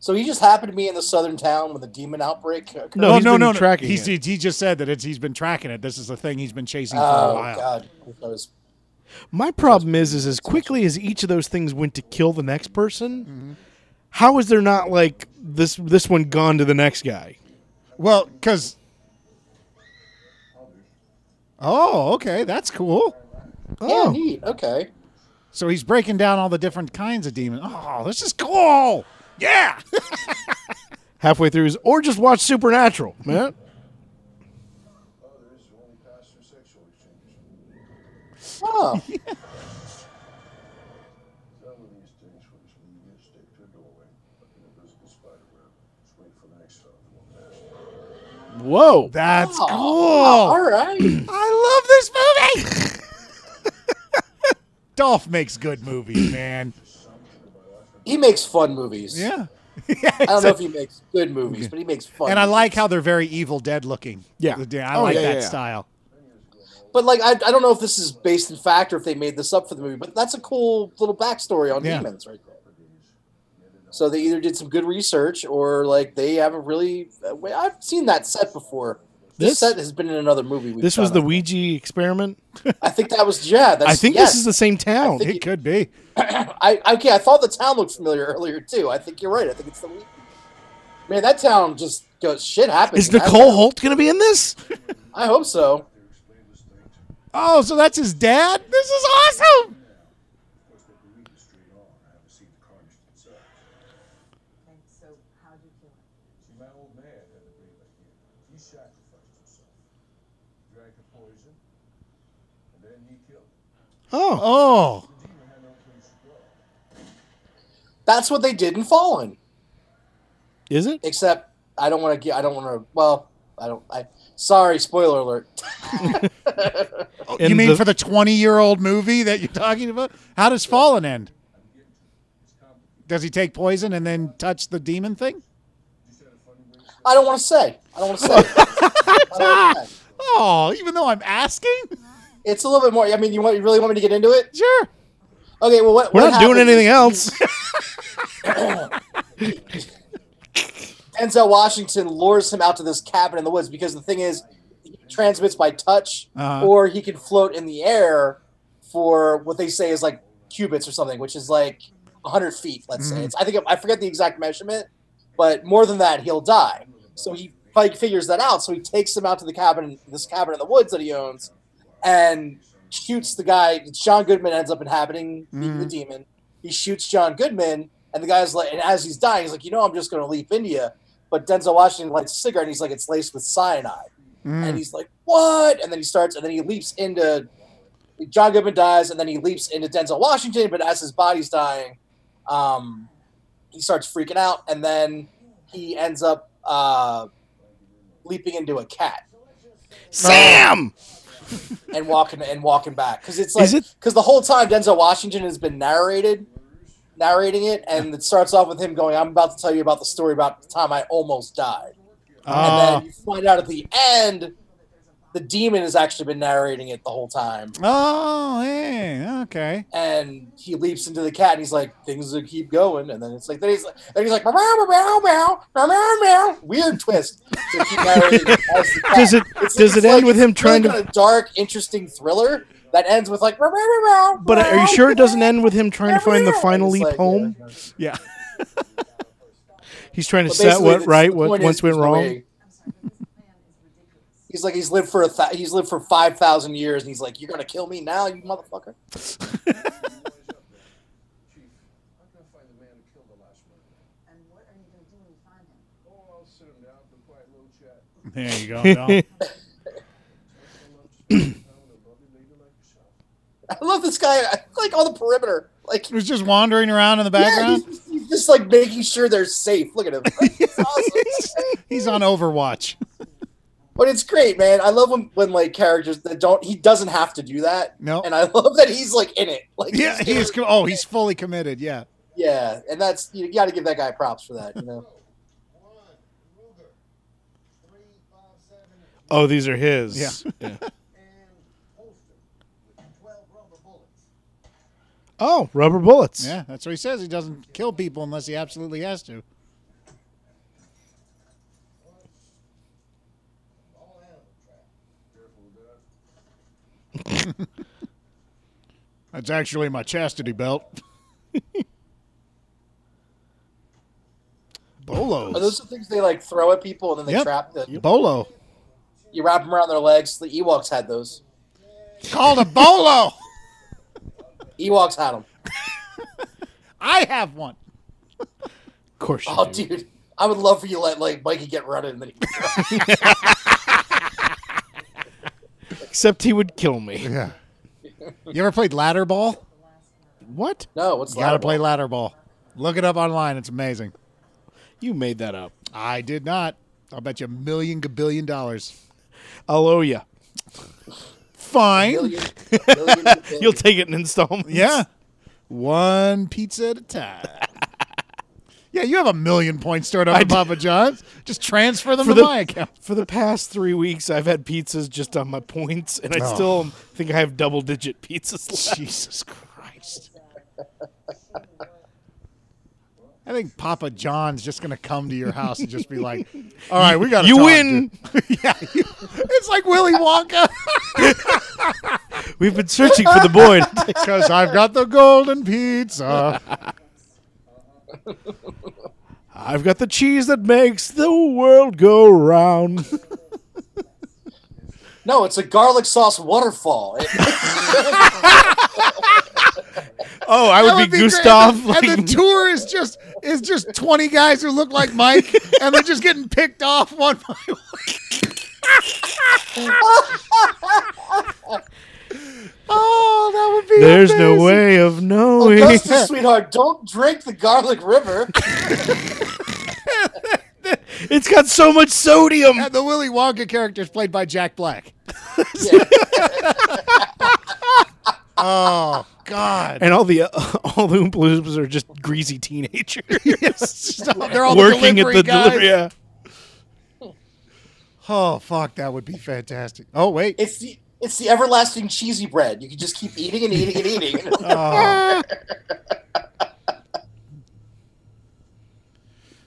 S3: So he just happened to be in the southern town with a demon outbreak. occurred?
S2: No,
S1: oh,
S2: he's
S1: no,
S2: been
S1: no,
S2: tracking
S1: no. He's,
S2: it.
S1: he just said that it's, he's been tracking it. This is the thing he's been chasing for a
S3: Oh
S1: while.
S3: God, that was
S2: My problem is, is as quickly as each of those things went to kill the next person, how is there not like this this one gone to the next guy?
S1: Well, because. Oh, okay, that's cool.
S3: yeah, neat. Okay,
S1: So he's breaking down all the different kinds of demons. Oh, this is cool. Yeah.
S2: halfway through is, or just watch Supernatural, man.
S4: Others only pass through sexual exchanges.
S3: oh,
S4: Some of these things will just leave you stick to a doorway, like an invisible spider web. Just wait for the next fellow to walk past.
S2: Whoa.
S1: That's
S3: Oh,
S1: cool.
S3: all right.
S1: I love this movie. Dolph makes good movies, man.
S3: He makes fun movies.
S1: Yeah.
S3: I don't know if he makes good movies, but he makes fun.
S1: And I
S3: movies.
S1: like how they're very Evil Dead looking.
S2: Yeah.
S1: The- I
S2: Oh,
S1: like
S2: yeah,
S1: that
S2: yeah, yeah.
S1: style.
S3: But like, I, I don't know if this is based in fact or if they made this up for the movie. But that's a cool little backstory on
S1: Yeah.
S3: demons, right there. So they either did some good research or like they haven't really. uh, wait, I've seen that set before. This,
S2: This-
S3: set has been in another movie. We've
S2: This was the
S3: done.
S2: Ouija experiment.
S3: I think that was yeah. That's,
S2: I think
S3: yes.
S2: this is the same town.
S3: think-
S1: It could be.
S3: I okay. I thought the town looked familiar earlier too. I think you're right. I think it's the. Man, that town just goes shit happens.
S2: Is
S3: in that
S2: Nicole
S3: town.
S2: Holt going to be in this?
S3: I hope so.
S1: Oh, so that's his dad? This is awesome.
S5: And so, how'd you kill him?
S4: See, my old man had to be like you. He sacrificed himself, drank the poison, and then he killed. him.
S2: Oh.
S1: Oh.
S4: The demon had no place to go.
S3: That's what they did in Fallen.
S2: Is it?
S3: Except I don't want to. I don't want to. Well, I don't. I sorry. Spoiler alert.
S1: you
S2: And
S1: mean
S2: the-
S1: for the 20 year old movie that you're talking about? How does Fallen end? Does he take poison and then touch the demon thing?
S3: I don't want to say. I don't want to say. I don't wanna say.
S1: Oh, even though I'm asking?
S3: It's a little bit more. I mean, you want you really want me to get into it?
S1: Sure.
S3: Okay. Well, what
S2: We're
S3: what
S2: not doing
S3: happened-
S2: anything else.
S3: Denzel Washington lures him out to this cabin in the woods because the thing is, he transmits by touch,
S1: Uh-huh.
S3: or he can float in the air for what they say is like cubits or something, which is like 100 feet, let's say. It's, I think I forget the exact measurement, but more than that, he'll die. So he like figures that out. So he takes him out to the cabin, this cabin in the woods that he owns, and shoots the guy. John Goodman ends up inhabiting meeting the demon. He shoots John Goodman, and the guy's like, and as he's dying, he's like, you know, I'm just going to leap India. But Denzel Washington lights a cigarette, and he's like, it's laced with cyanide. And he's like, what? And then he starts, and then he leaps into John Goodman dies, and then he leaps into Denzel Washington. But as his body's dying, um, he starts freaking out, and then he ends up uh, leaping into a cat
S2: Sam.
S3: and walking and walking back because it's like
S2: Is it-
S3: because the whole time Denzel Washington has been narrated narrating it and it starts off with him going I'm about to tell you about the story about the time I almost died and
S1: Ah.
S3: then you find out at the end the demon has actually been narrating it the whole time
S1: Oh, yeah. Okay.
S3: and he leaps into the cat and he's like things will keep going and then it's like then he's like then he's like meow meow meow meow meow meow meow weird twist So keep narrating as the cat.
S2: Does it
S3: It's-
S2: does
S3: it's
S2: it end
S3: like-
S2: with him
S3: it's
S2: trying
S3: really
S2: to
S3: kinda dark interesting thriller that ends with like meow meow meow
S2: But are you
S3: meow,
S2: sure it doesn't
S3: meow,
S2: end with him trying to
S3: meow,
S2: find the
S3: meow?
S2: final
S3: It's
S2: leap
S3: like,
S2: home?
S3: yeah.
S1: Yeah.
S2: He's trying to
S3: But
S2: set
S3: basically,
S2: what
S3: the-
S2: right,
S3: the
S2: what
S3: point
S2: once
S3: is-
S2: went wrong.
S5: I'm sorry, but this plan is ridiculous.
S3: He's like he's lived for a th- he's lived for five thousand years, and he's like, "You're gonna kill me now, you motherfucker."
S4: Chief, I'm gonna find the man who killed the last murderer.
S5: And what are you going to do when you find him?
S4: Oh, I'll sit him down,
S1: There you go. Dom.
S3: I love this guy. I like all the perimeter. Like
S1: He was just wandering around in the
S3: yeah,
S1: background.
S3: he's, he's just like making sure they're safe. Look at him. It's awesome.
S1: He's on Overwatch.
S3: but it's great, man. I love when, when like characters that don't he doesn't have to do that.
S1: No.
S3: And I love that he's like in it. Like
S1: Yeah,
S3: he's
S1: he is.
S3: doing-
S1: Com- oh, he's fully committed. Yeah.
S3: Yeah, and that's you got to give that guy props for that. You know,
S2: Oh, these are his.
S1: Yeah.
S2: Oh, rubber bullets.
S1: Yeah, that's what he says. He doesn't kill people unless he absolutely has to. That's actually my chastity belt.
S3: are
S1: Bolos.
S3: those the things they like throw at people and then they
S1: Yep.
S3: trap the
S1: Bolo.
S3: you wrap them around their legs? The Ewoks had those.
S1: Called a bolo.
S3: Ewoks had them.
S1: I have one.
S2: Of course you
S3: Oh,
S2: do.
S3: dude, I would love for you to let like Mikey get running and then he
S2: Except he would kill me.
S1: Yeah. You ever played ladder ball?
S2: What?
S3: No, what's
S1: You gotta
S3: that?
S1: play ladder ball. Look it up online. It's amazing.
S2: You made that up.
S1: I did not. I'll bet you a million gabillion dollars.
S2: I'll owe you.
S1: Fine.
S3: Million, million, million.
S2: You'll take it in installments.
S1: Yeah. One pizza at a time. yeah, you have a million points stored up
S2: I
S1: at
S2: do.
S1: Papa John's. Just transfer them
S2: For
S1: to
S2: the,
S1: my account.
S2: for the past three weeks, I've had pizzas just on my points, and I
S1: Oh.
S2: still am- think I have double digit pizzas left.
S1: Jesus Christ. I think Papa John's just gonna come to your house and just be like, "All right, we got
S2: You win.
S1: yeah, you, it's like Willy Wonka
S2: We've been searching for the boy.
S1: because I've got the golden pizza.
S2: I've got the cheese that makes the world go round.
S3: No, it's a garlic sauce waterfall. It-
S2: Oh, I would,
S1: That
S2: be,
S1: great.
S2: Gustav.
S1: And the- and the tour is just is just twenty guys who look like Mike, and they're just getting picked off one by one. oh, that would be.
S2: There's no
S1: amazing.
S2: way of knowing.
S3: Augustus, sweetheart, don't drink the garlic river.
S2: It's got so much sodium.
S1: And the Willy Wonka character is played by Jack Black.
S3: Yeah.
S1: Oh God!
S2: And all the uh, all the Oompa Loompas are just greasy teenagers
S1: Stop. They're all
S2: working
S1: the
S2: at
S1: delivery
S2: the
S1: guys.
S2: delivery. Yeah.
S1: Oh fuck, that would be fantastic. Oh wait.
S3: It's the it's the everlasting cheesy bread. You can just keep eating and eating and eating.
S1: Oh.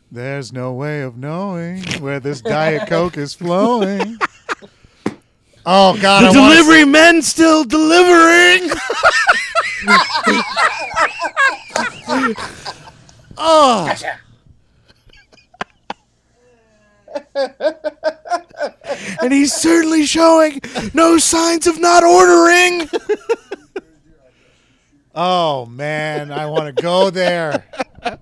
S1: There's no way of knowing where this Diet Coke is flowing. Oh God!
S2: The
S1: I wanna
S2: delivery men still delivering.
S1: s- oh,
S2: and he's certainly showing no signs of not ordering.
S1: oh man! I want to go there.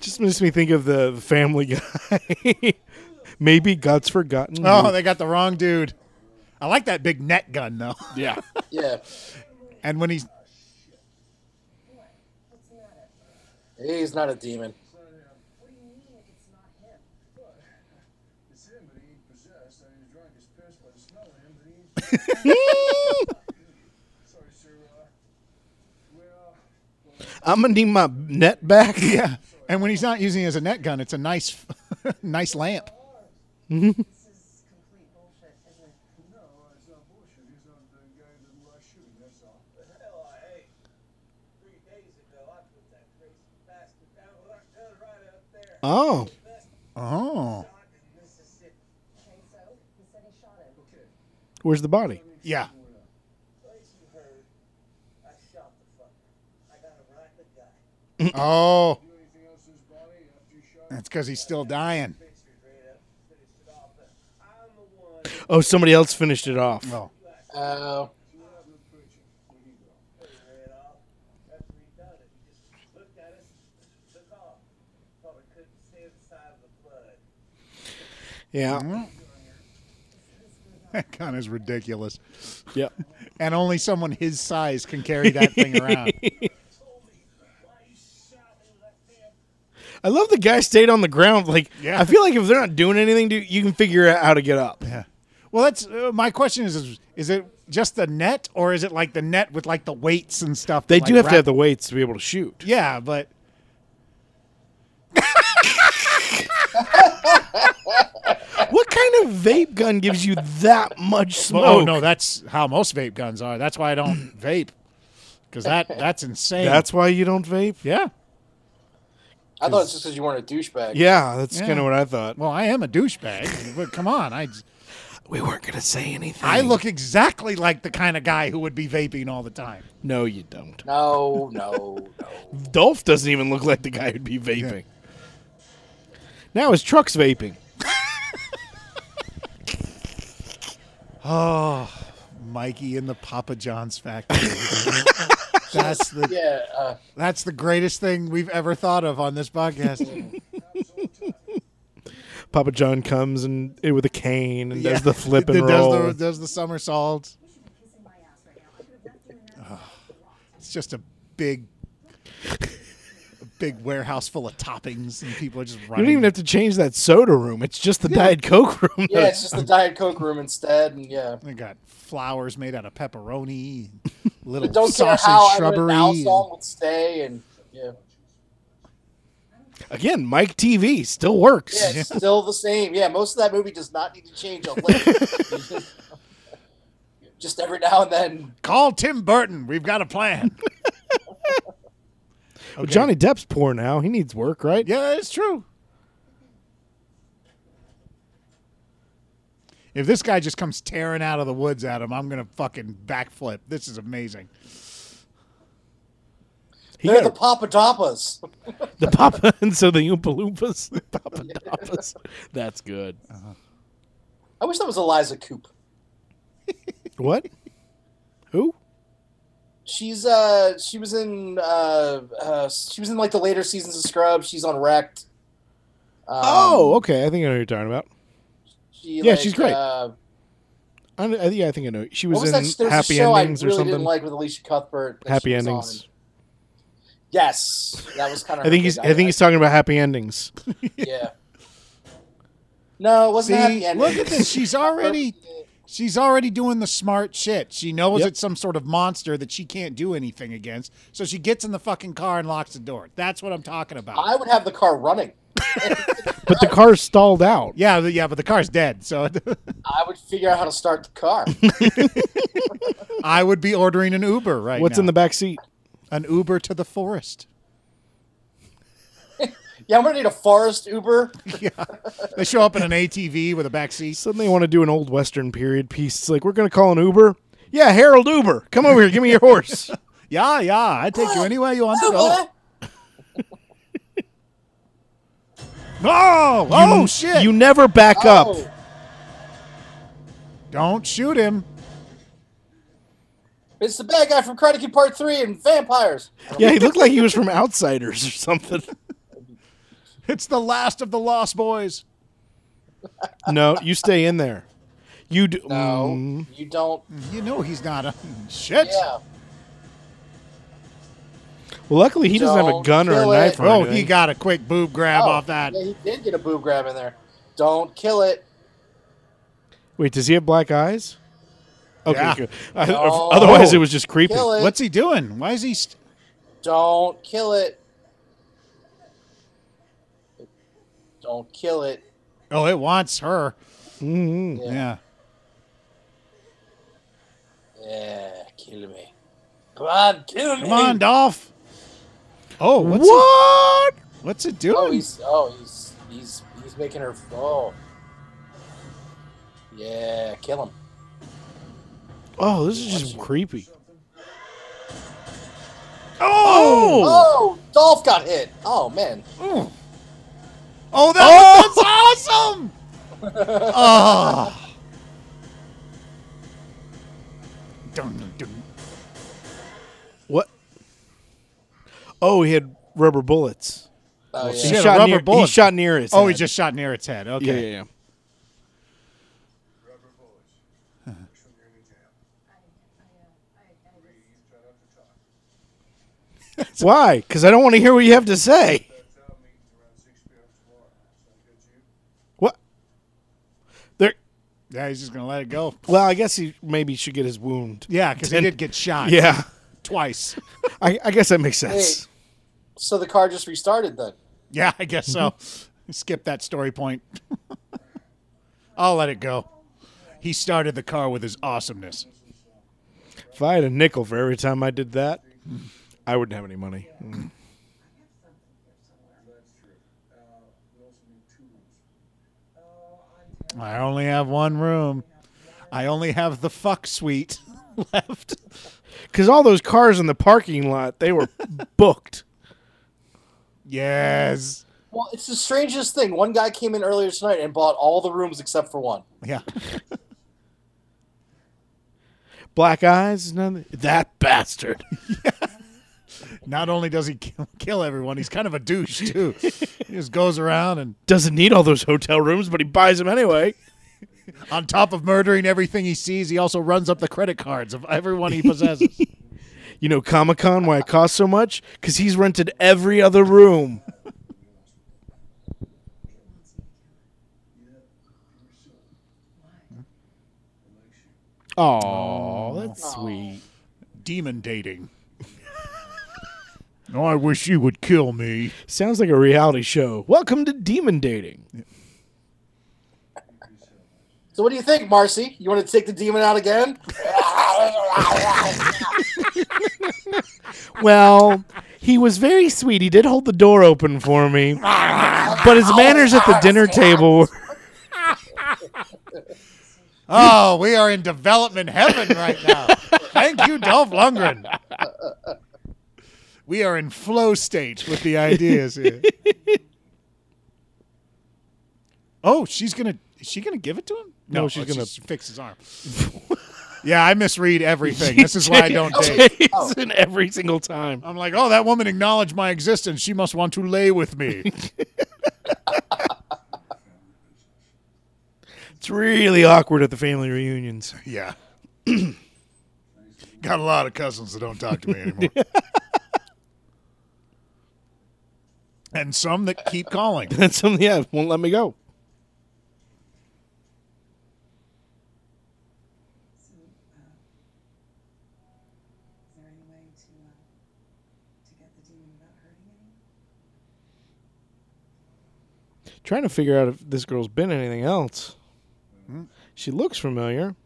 S2: Just makes me think of the the Family Guy. Maybe God's forgotten.
S1: Oh,
S2: you.
S1: they got the wrong dude. I like that big net gun though.
S2: yeah.
S3: yeah.
S1: And when he's
S3: He's not a demon.
S5: What do you mean it's not him?
S4: It's him, but he ain't possessed. I mean, he's drunk, he's pissed by the smell of him, but he ain't. Sorry, sir. Uh, well,
S2: I'm gonna need my net back.
S1: yeah, and when he's not using it as a net gun, it's a nice, nice lamp.
S5: This is complete bullshit, isn't it?
S4: no, it's not bullshit. He's not the guy that likes shooting, that's all.
S6: Hell, hey, three days ago, I put that crazy bastard down with our gun right up there.
S2: Oh.
S1: Oh,
S5: Okay,
S6: Mississippi.
S5: so he said he shot him.
S2: Where's the body?
S1: yeah.
S6: Place you heard, I shot the fucker. I got him right in the gut.
S1: Oh,
S4: Do anything else to his body after you shot him?
S1: that's because he's still dying.
S6: Fixed it right up, finished it off, but I'm the one.
S2: Oh, somebody else finished it off.
S1: Oh.
S3: Oh,
S4: So what happened to the preacher? Where'd he go?
S6: ran off. After he done it, he just looked at us, took off. Probably couldn't stand the sight of the blood.
S2: Yeah.
S1: That gun is ridiculous.
S2: Yep.
S1: And only someone his size can carry that thing around.
S2: I love the guy stayed on the ground. Like,
S1: Yeah.
S2: I feel like if they're not doing anything, dude, you can figure out how to get up.
S1: Yeah. Well, that's uh, my question is, is is it just the net or is it like the net with like the weights and stuff?
S2: They
S1: that,
S2: do
S1: like,
S2: have to
S1: wrap-
S2: have the weights to be able to shoot.
S1: Yeah, but
S2: What kind of vape gun gives you that much smoke?
S1: oh no, that's how most vape guns are. That's why I don't vape because that that's insane.
S2: that's why you don't vape.
S1: yeah.
S3: I thought it's just because you weren't a douchebag.
S2: Yeah, that's
S1: Yeah.
S2: kind of what I thought.
S1: Well, I am a douchebag, but come on, I
S2: We weren't gonna say anything.
S1: I look exactly like the kind of guy who would be vaping all the time.
S2: No, you don't.
S3: No, no, no.
S2: Dolph doesn't even look like the guy who'd be vaping. Now his truck's vaping.
S1: Mikey in the Papa John's factory. that's the
S3: Yeah, uh,
S1: that's the greatest thing we've ever thought of on this podcast.
S2: Papa John comes and eh, with a cane and
S1: Yeah.
S2: does the flip and
S1: Does the-
S2: roll.
S1: does the somersaults. It's just a big, a big warehouse full of toppings, and people are just
S2: you
S1: running.
S2: don't even have to change that soda room. It's just the Diet Coke room.
S3: yeah. It's just the Diet Coke room instead, and yeah.
S1: They got flowers made out of pepperoni, and little
S3: But don't care
S1: sausage
S3: how I would
S1: shrubbery.
S3: now
S1: and-
S3: song would stay, and yeah,
S2: Again, Mike TV still works.
S3: yeah, it's still the same. Yeah, most of that movie does not need to change a lick. just every now and then.
S1: Call Tim Burton. We've got a plan.
S2: Well, Johnny Depp's poor now. He needs work, right?
S1: Yeah, it's true. If this guy just comes tearing out of the woods at him, I'm gonna fucking backflip. This is amazing.
S2: He
S3: They're
S2: got
S3: the Papa Tapas.
S2: the Papa, and so the Oompa Loompas, the Papa Doppas. That's good.
S3: Uh-huh. I wish that was Eliza Coop.
S2: What?
S3: Um,
S2: Who?
S3: She's uh she was in uh, uh she was in like the later seasons of Scrubs. She's on Wrecked. Um,
S2: Oh, okay. I think I know who you're talking about.
S3: she,
S2: yeah, she's great.
S3: Uh,
S2: I, kn- I, yeah, I think I know. She was,
S3: what was
S2: in
S3: that? There was a
S2: Happy
S3: show
S2: Endings
S3: I really
S2: or something.
S3: didn't like with Alicia Cuthbert. that
S2: Happy
S3: she was
S2: Endings.
S3: on. Yes, that was kind of.
S2: I think he's. I think he's talking about Happy Endings.
S3: Yeah. No, it wasn't Happy
S1: See,
S3: Endings.
S1: look at this. She's already she's already doing the smart shit. She knows
S2: Yep.
S1: it's some sort of monster that she can't do anything against. So she gets in the fucking car and locks the door. That's what I'm talking about.
S3: I would have the car running.
S2: But the car stalled out.
S1: yeah, the- yeah, but the car's dead. So
S3: I would figure out how to start the car.
S1: I would be ordering an Uber right
S2: What's
S1: now.
S2: in the back seat?
S1: an Uber to the forest.
S3: yeah, I'm gonna need a forest Uber.
S1: They show up in an ATV with a back seat.
S2: Suddenly, I want to do an old Western period piece. It's like we're going to call an Uber. Yeah, Harold Uber, come over here. Give me your horse.
S1: Yeah, yeah, I take
S3: Oh.
S1: you anywhere you want to go.
S3: Uber!
S1: Oh, oh shit!
S2: You never back
S3: Oh,
S2: up.
S1: don't shoot him.
S3: it's the bad guy from Karate Kid Part Three and vampires.
S2: Yeah, he looked like he was from Outsiders or something.
S1: It's the last of the Lost Boys.
S2: No, you stay in there. You do.
S3: No,
S2: Mm.
S3: you don't.
S1: You know he's not a shit.
S3: Yeah.
S2: Well, luckily he doesn't have a
S3: Don't
S2: gun or a
S3: kill
S2: knife.
S3: it.
S2: Or
S1: Oh,
S2: anything.
S1: he got a quick boob grab
S3: Oh,
S1: off that.
S3: Yeah, he did get a boob grab in there. Don't kill it.
S2: Wait, does he have black eyes? Okay,
S1: Yeah.
S2: good. I-
S3: No.
S2: Otherwise, it was just creepy.
S3: Kill it.
S1: What's he doing? Why is he? St-
S3: Don't kill it. Don't kill it.
S1: oh, it wants her.
S2: Mhm.
S1: Yeah.
S3: Yeah, kill me. Come on, kill me.
S1: Come on, Dolph. Oh, what's
S2: What?
S1: It, what's it doing?
S3: Oh, he's oh he's he's he's making her fall. Yeah, kill him.
S2: Oh, this is just creepy. Oh!
S3: Oh, Dolph got hit. Oh man.
S1: Ooh. Oh,
S2: Oh!
S1: that was awesome.
S2: Ah.
S1: oh. Dun, dun, dun.
S2: What? Oh, he had rubber bullets.
S3: Oh
S1: She
S2: He
S1: had
S3: yeah.
S1: a
S2: shot,
S1: rubber
S2: near, he
S1: bullet.
S2: shot near his
S1: Oh, he
S2: head.
S1: just shot near its head. Okay.
S2: Yeah, yeah, yeah.
S4: River Village. Make sure you're in the jam.
S5: I, I, uh, I, I just,
S4: Please try not to talk.
S2: Why? Because I don't want to hear what you have to say.
S4: That town meeting's around 6 p.m. tomorrow. Sound good to you?
S2: What? There.
S1: Yeah, he's just gonna let it go.
S2: Well, I guess he maybe should get his wound.
S1: Yeah, because he
S2: And-
S1: did get shot.
S2: Yeah.
S1: twice.
S2: I, I guess that makes sense.
S3: So the car just restarted then.
S1: Yeah, I guess so.
S2: Mm-hmm.
S1: Skip that story point. I'll let it go. He started the car with his awesomeness.
S2: If I had a nickel for every time I did that, I wouldn't have any money.
S4: That's true. Uh, we also need two rooms.
S1: I only have one room. I only have the fuck suite left.
S2: Because all those cars in the parking lot, they were booked.
S1: Yes.
S3: Well, it's the strangest thing. One guy came in earlier tonight and bought all the rooms except for one.
S1: Yeah.
S2: Black eyes, none. That bastard.
S1: Not only does he kill, kill everyone, he's kind of a douche too. he just goes around and
S2: Doesn't need all those hotel rooms, but he buys them anyway.
S1: on top of murdering everything he sees, he also runs up the credit cards of everyone he possesses.
S2: You know Comic Con why it costs so much? Because he's rented every other room. Oh, that's sweet.
S1: Demon dating. oh, I wish you would kill me.
S2: Sounds like a reality show. Welcome to demon dating.
S3: So what do you think, Marcy? You want to take the demon out again?
S2: Well, he was very sweet. He did hold the door open for me, but his manners at the dinner table were.
S1: Oh, we are in development heaven right now. Thank you, Dolph Lundgren. We are in flow state with the ideas here. Oh, she's gonna is she gonna give it to him?
S2: No, she's
S1: oh,
S2: gonna-
S1: fix his arm. yeah, I misread everything. This is why I don't date.
S2: Jason every single time.
S1: I'm like, oh, that woman acknowledged my existence. She must want to lay with me.
S2: It's really awkward at the family reunions.
S1: Yeah. Got a lot of cousins that don't talk to me anymore. and some that keep calling.
S2: That's something. Yeah, won't let me go.
S5: so, uh, is there any way to, uh, to get the demon without hurting anyone?
S2: Trying to figure out if this girl's been anything else. She looks familiar.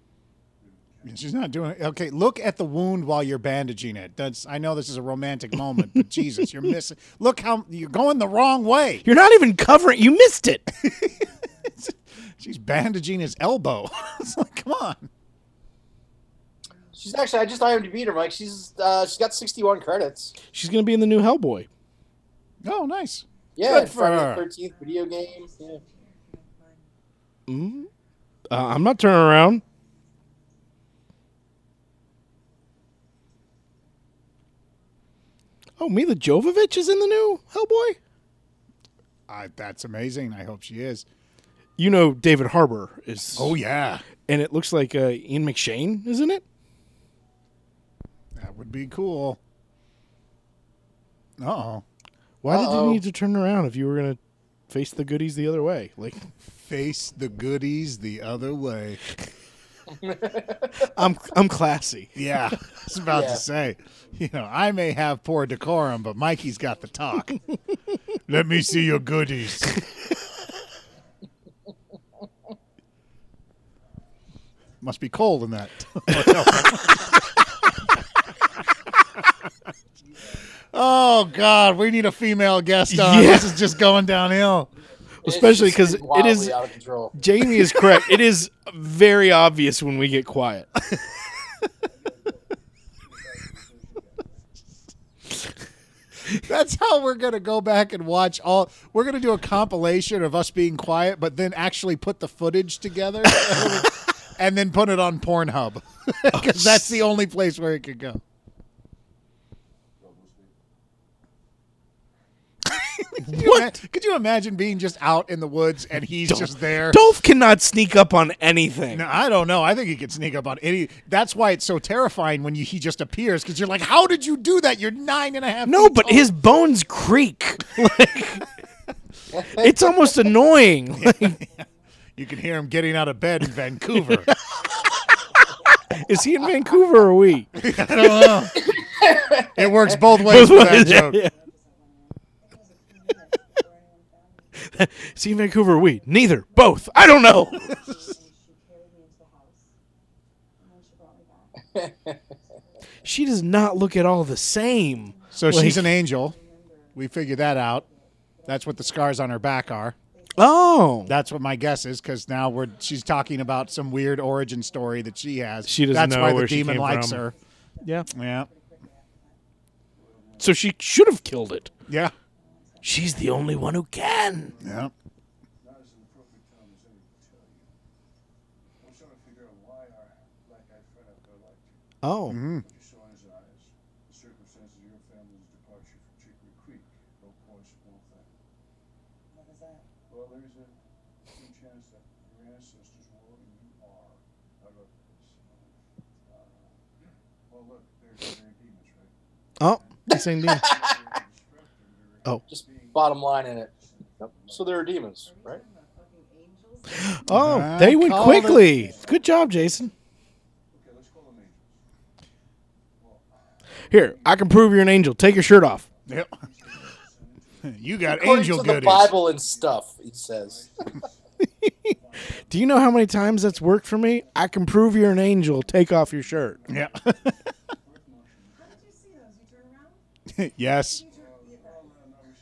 S1: She's not doing it. Okay, look at the wound while you're bandaging it. That's I know this is a romantic moment, but Jesus, you're missing. Look how you're going the wrong way.
S2: You're not even covering. You missed it.
S1: She's bandaging his elbow. it's like, come on.
S3: she's actually I just IMDb'd her, Mike. She's uh, she's got 61 credits.
S2: She's gonna be in the new Hellboy.
S1: Oh, nice.
S3: Yeah,
S1: Good for
S3: Friday
S1: her.
S3: the 13th video game. Yeah.
S2: Uh, I'm not turning around. Oh, Mila Jovovich is in the new Hellboy.
S1: I, that's amazing. I hope she is.
S2: You know David Harbour is.
S1: Oh yeah,
S2: and it looks like uh, Ian McShane, isn't it?
S1: that would be cool. Uh oh.
S2: Why did
S3: Uh-oh.
S2: you need to turn around if you were gonna face the goodies the other way? Like
S1: Face the goodies the other way.
S2: I'm I'm classy.
S1: Yeah, I was about
S3: Yeah.
S1: to say. You know, I may have poor decorum, but Mikey's got the talk. Let me see your goodies. Must be cold in that. oh God, we need a female guest on. This is just going downhill.
S3: It's
S2: Especially
S3: just
S2: 'cause it
S3: wildly
S2: is-
S3: out of control.
S2: Jamie is correct. it is very obvious when we get quiet.
S1: That's how we're gonna go back and watch all. We're gonna do a compilation of us being quiet, but then actually put the footage together, and then put it on Pornhub
S2: Oh,
S1: because that's the only place where it could go. Could you, ima- could you imagine being just out in the woods and he's just there?
S2: Dolph cannot sneak up on anything.
S1: No, I don't know. I think he could sneak up on any. That's why it's so terrifying when you, he just appears because you're like, how did you do that? You're nine and a half.
S2: No,
S1: feet
S2: but
S1: tall."
S2: his bones creak. Like, it's almost annoying. Like,
S1: You can hear him getting out of bed in Vancouver.
S2: is he in Vancouver or are we?
S1: I don't know. It works both ways with that joke.
S2: See Vancouver or we? Neither. Both. I don't know.
S5: She carried me into the house. And then she brought me back.
S2: She does not look at all the same.
S1: So
S2: Like-
S1: she's an angel. We figured that out. That's what the scars on her back are.
S2: Oh.
S1: That's what my guess is because now we're she's talking about some weird origin story that she has.
S2: She doesn't
S1: That's
S2: know
S1: why
S2: where
S1: the
S2: she
S1: demon
S2: came
S1: likes
S2: from.
S1: her.
S2: Yeah.
S1: Yeah,
S2: So she should have killed it.
S1: yeah,
S2: She's the only one who can.
S1: yeah.
S4: Now's an appropriate time as any to tell you. I'm trying to figure out why our black-eyed friend out there liked you.
S2: Oh.
S1: Hmm.
S4: What you saw in his eyes, the circumstances of your family's departure from Chicory Creek, no points, no thing.
S5: What is that?
S4: Well, there's a good chance that your ancestors were and you are out of this. Uh, well, look, there's the very demons, right?
S2: Oh. He's saying demon.
S3: Just bottom line in it. Yep. So there are demons, right?
S5: Fucking angels?
S2: Oh,
S1: I
S2: they went
S1: called it.
S2: quickly. Good job, Jason.
S4: Okay, let's call them angels.
S2: Here, I can prove you're an angel. Take your shirt off.
S1: Yep. You got
S3: According
S1: angel
S3: to
S1: goodies.
S3: the Bible and stuff, he says.
S2: Do you know how many times that's worked for me? I can prove you're an angel. Take off your shirt.
S1: Yeah.
S5: How did you see those? You turn around?
S1: yes.
S5: You turn, yeah,
S4: Well, uh, no, it's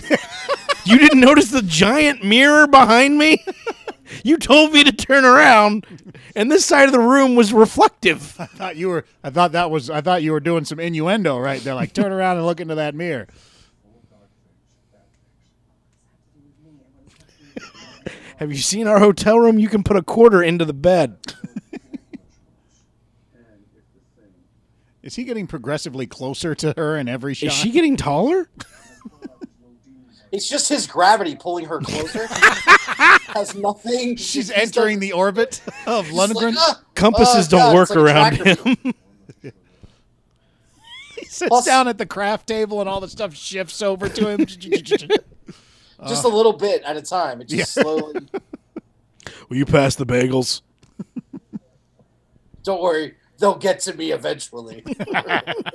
S4: just about reflection.
S2: You didn't notice the giant mirror behind me? you told me to turn around, and this side of the room was reflective.
S1: I thought you were. I thought that was. I thought you were doing some innuendo right there. Like turn around and look into that mirror.
S2: Have you seen our hotel room? You can put a quarter into the bed.
S1: Is he getting progressively closer to her in every shot?
S2: Is she getting taller?
S3: It's just his gravity pulling her closer. Has nothing.
S1: She's entering the orbit of Lundgren.
S3: "Ah, uh,
S2: Compasses don't work around him.
S1: he sits
S3: Plus-
S1: down at the craft table and all the stuff shifts over to him.
S3: Just a little bit at a time. It just
S1: Yeah.
S3: slowly.
S2: Will you pass the bagels?
S3: Don't worry, they'll get to me eventually. Oh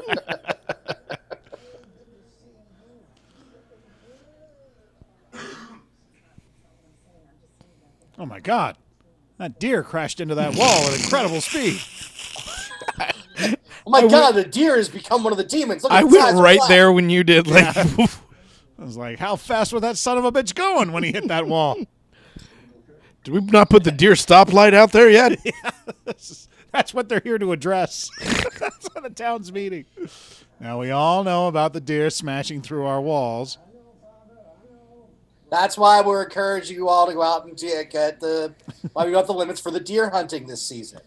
S1: oh my god. That deer crashed into that wall at incredible speed.
S3: Oh my god, the deer has become one of the demons. Look at
S2: I
S3: its eyes
S2: went
S3: are
S2: right
S3: black.
S2: there when you did. Like,
S1: I was like, how fast was that son of a bitch going when he hit that wall?
S2: did we not put the deer stoplight out there yet?
S1: This is- That's what they're here to address. That's what the town's meeting. Now we all know about the deer smashing through our walls.
S3: That's why we're encouraging you all to go out and de- get the. Why we got the limits for the deer hunting this season?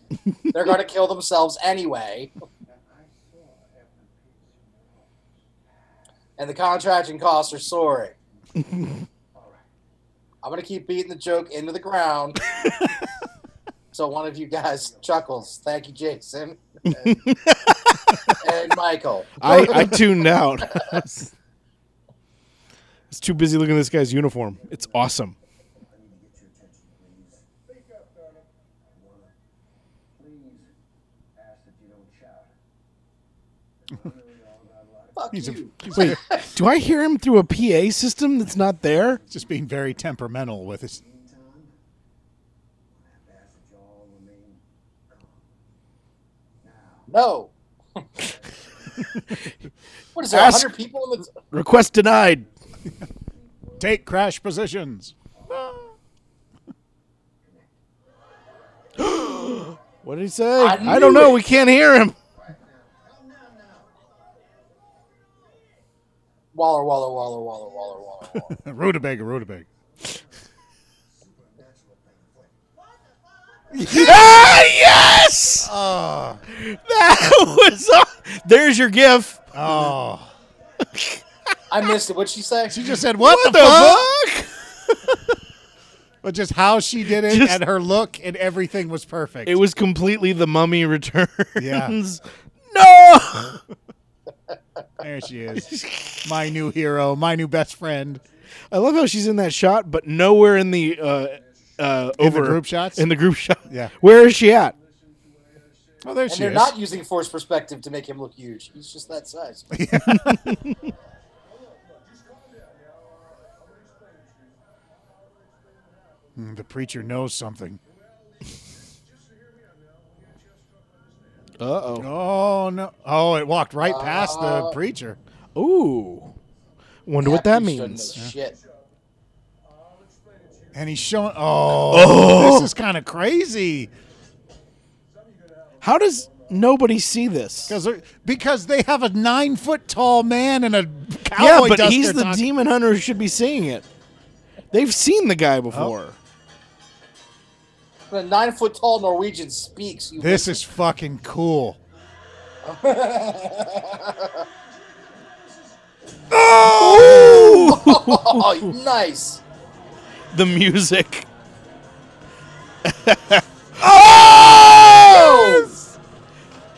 S3: They're going to kill themselves anyway. And the contracting costs are soaring. I'm going to keep beating the joke into the ground. so one of you guys chuckles. Thank you, Jason. And, and Michael.
S2: I, I tuned out. I was too busy looking at this guy's uniform. It's awesome.
S4: Speak up, darling. I wanna. Please ask that you don't shout. I know we all got a lot of-
S3: Fuck
S1: He's a-
S3: you.
S2: Wait, do I hear him through a PA system that's not there?
S1: Just being very temperamental with his.
S4: meantime, I have to ask that you all remain calm. Now,
S3: No. what is there?
S2: Ask-
S3: 100 people in the.
S2: Request denied.
S1: Take crash positions.
S2: What did he say?
S3: I
S2: I, don't
S3: knew
S2: know.
S3: it.
S2: We can't hear him.
S3: Waller, Waller, Waller, Waller, Waller, Waller, Waller.
S1: rutabaga, rutabaga.
S2: ah, yes! That was. aw- There's your gif.
S1: Oh.
S3: I missed it. What'd she say?
S1: She just said, "What, the, fuck?" But just how she did it
S2: Just-
S1: and her look and everything was perfect.
S2: It was completely the Mummy Returns.
S1: Yeah.
S2: No.
S1: there she is, my new hero, my new best friend.
S2: I love how she's in that shot, but nowhere in the uh, uh,
S1: In the
S2: over
S1: group shots?
S2: In the group shot.
S1: Yeah.
S2: Where is she at?
S1: Oh, there
S3: and
S1: she
S3: they're
S1: is.
S3: not using force perspective to make him look huge. He's just that size.
S1: Mm, the preacher knows something.
S2: Uh
S1: Oh no! Oh, it walked right past the preacher.
S2: oh. Ooh. Wonder what that
S3: He shouldn't
S2: means.
S3: know Shit.
S1: And he's showing. Oh,
S2: Oh.
S1: this is kind of crazy
S2: How does nobody see this?
S1: because because they have a nine foot tall man and a cowboy.
S2: Yeah, but
S1: duster
S2: he's the
S1: talking-
S2: demon hunter who should be seeing it. They've seen the guy before.
S3: The nine foot tall Norwegian speaks. You
S1: This is fucking cool.
S3: oh, nice.
S2: The music.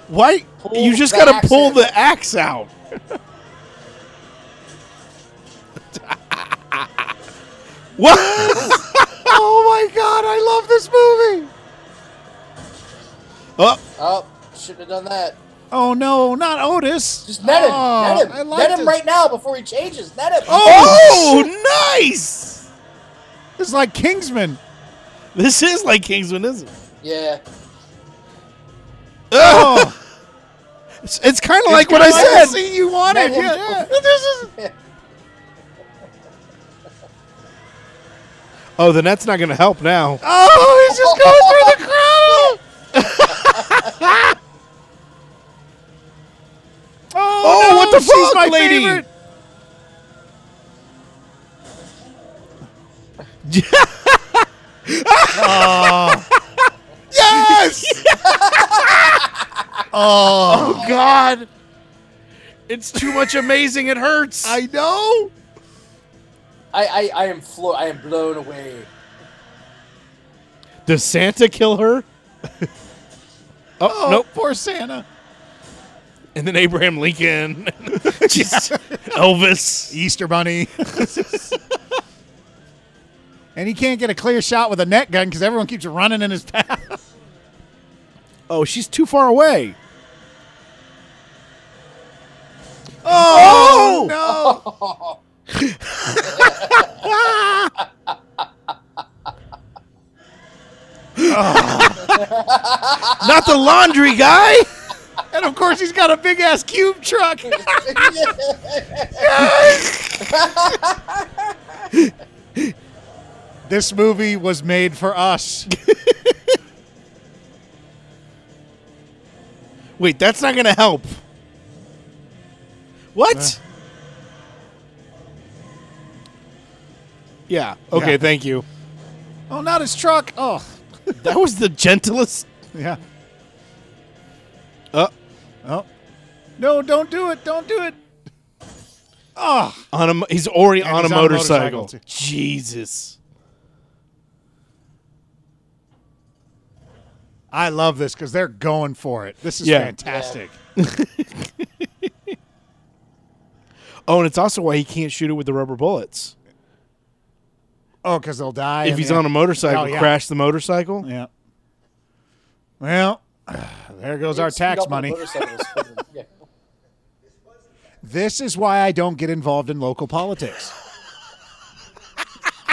S2: Why?
S3: Pull
S2: you just
S3: the
S2: gotta
S3: axe
S2: pull
S3: in.
S2: the axe out. what?
S1: Oh my god, I love this movie.
S2: Oh,
S3: Oh, shouldn't have done that.
S1: Oh no, not Otis.
S3: Just net him.
S1: Oh,
S3: net him.
S1: I liked
S3: Net him
S1: it.
S3: right now before he changes. Net him.
S2: oh nice!
S1: It's like Kingsman.
S2: This is like Kingsman, isn't it?
S3: Yeah.
S1: Oh,
S2: It's, it's kind of like
S1: it's
S2: what I
S1: kinda like the
S2: said.
S1: scene you wanted.
S3: Net him.
S1: Yeah, yeah. This is-
S2: Oh, the net's not gonna help now.
S1: oh, he's just going through the crowd. oh,
S2: Oh,
S1: no,
S2: what the
S1: she's
S2: fuck,
S1: my
S2: lady?
S1: favorite.
S2: yes!
S1: Oh,
S2: God, it's too much amazing. It hurts.
S1: I know.
S3: I, I, I am flo- I am blown away.
S2: Does Santa kill her? oh,
S1: Oh,
S2: nope.
S1: poor Santa.
S2: And then Abraham Lincoln, Just Elvis.
S1: Easter Bunny. and he can't get a clear shot with a net gun because everyone keeps running in his path.
S2: Oh, she's too far away.
S1: Oh, no!
S2: Not the laundry guy.
S1: And of course, he's got a big ass cube truck. this movie was made for us.
S2: Wait, that's not gonna help. What? yeah. Okay.
S1: Yeah.
S2: Thank you.
S1: Oh, not his truck. Oh,
S2: That was the gentlest.
S1: yeah.
S2: Uh,
S1: Oh, no! Don't do it! Don't do it! Oh,
S2: on a mo- he's already
S1: And
S2: on,
S1: he's
S2: a,
S1: on a
S2: motorcycle.
S1: motorcycle, too.
S2: Jesus.
S1: I love this because they're going for it. This is
S2: Yeah.
S1: fantastic.
S2: Oh, and it's also why he can't shoot it with the rubber bullets.
S1: Oh, because they'll die
S2: If
S1: in
S2: he's
S1: the-
S2: on a motorcycle,
S1: Oh, yeah.
S2: crash the motorcycle.
S1: Yeah. Well, there goes our
S3: Speed
S1: tax
S3: up on
S1: money.
S3: motorcycles. Yeah.
S1: This is why I don't get involved in local politics.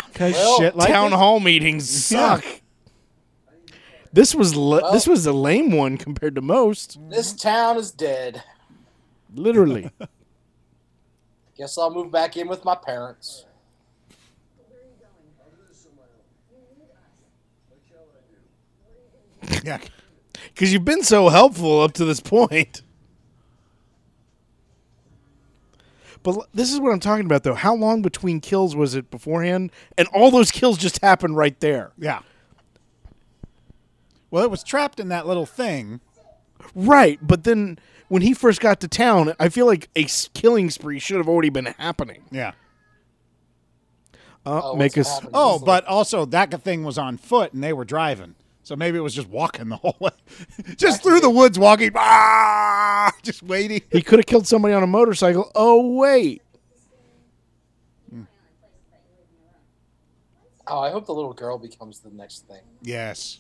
S1: Because
S3: Well,
S1: shit like
S2: Town
S1: this-
S2: hall meetings
S1: Yeah.
S2: suck. This was le- this was a lame one compared to most.
S3: This town is dead.
S2: Literally.
S3: Guess I'll move back in with my parents.
S1: Yeah.
S2: Because you've been so helpful up to this point. But l- this is what I'm talking about, though. How long between kills was it beforehand? And all those kills just happened right there.
S1: Yeah. Well, it was trapped in that little thing.
S2: Right, but then when he first got to town, I feel like a s- killing spree should have already been happening.
S1: Yeah.
S2: Uh,
S3: Oh,
S2: make
S3: what's
S2: us.
S3: happening?
S1: Oh,
S3: It's
S1: but also that thing was on foot and they were driving. So maybe it was just walking the whole way. just through the woods walking. Ah, just waiting.
S2: He could have killed somebody on a motorcycle. Oh wait,
S3: Oh, I hope the little girl becomes the next thing.
S1: Yes.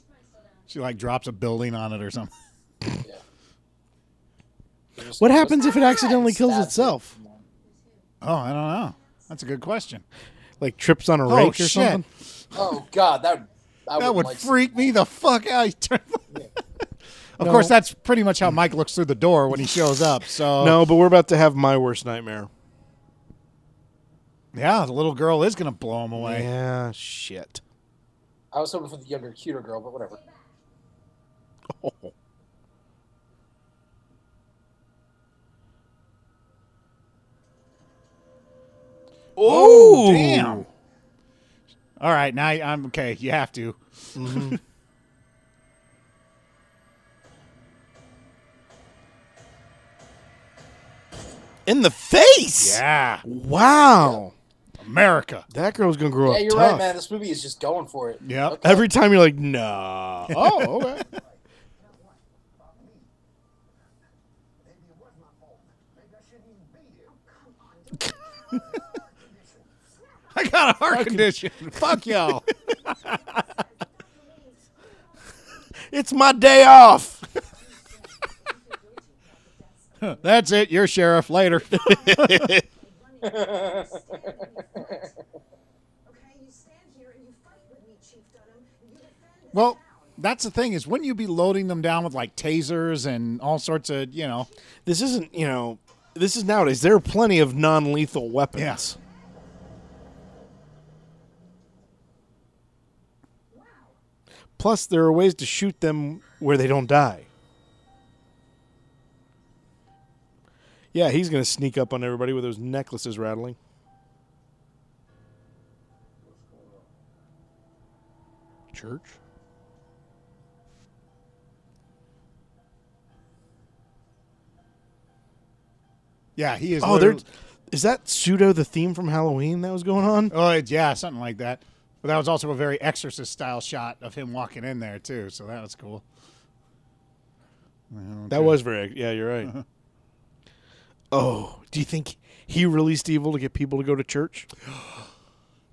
S1: She like drops a building on it or something.
S3: Yeah.
S2: what happens if it accidentally kills
S3: Stabs it.
S2: itself?
S1: Oh, I don't know. That's a good question.
S2: Like trips on a
S1: Oh,
S2: rake or
S1: shit.
S2: something.
S3: Oh God, that would,
S1: That
S3: I wouldn't
S1: would
S3: like to-
S1: freak me the fuck out. You turn- of course, that's pretty much how Mike looks through the door when he shows up. So
S2: No, but we're about to have my worst nightmare.
S1: yeah, the little girl is gonna blow him away.
S2: Yeah, shit.
S3: I was hoping for the younger, cuter girl, but whatever.
S1: Oh, damn. All right, now I'm okay. You have to.
S2: In the face.
S1: Yeah,
S2: Wow.
S1: America.
S2: That girl's gonna grow
S3: Yeah,
S2: up
S3: you're
S2: tough.
S3: right, man. This movie is just going for it.
S1: Yep.
S3: Okay.
S2: Every time you're like, nah. Oh, okay.
S4: Maybe it was my fault. Maybe I shouldn't even be here.
S1: I got a heart condition. Fuck y'all.
S2: it's my day off.
S1: That's it. You're sheriff. Later.
S5: Okay, you stand here and you fight with me, Chief Dunham. You defend this
S1: well,
S5: town.
S1: that's the thing is, wouldn't you be loading them down with like tasers and all sorts of, you know?
S2: This isn't, you know, this is nowadays. There are plenty of non lethal weapons.
S1: Yes.
S2: Plus, there are ways to shoot them where they don't die. Yeah, he's going to sneak up on everybody with those necklaces rattling. Church?
S1: Yeah, he is.
S2: Oh,
S1: literally-
S2: there is that pseudo the theme from Halloween that was going on?
S1: Oh, it- yeah, something like that. But that was also a very Exorcist style shot of him walking in there too, so that was cool.
S2: That was very yeah, you're right. oh, do you think he released evil to get people to go to church?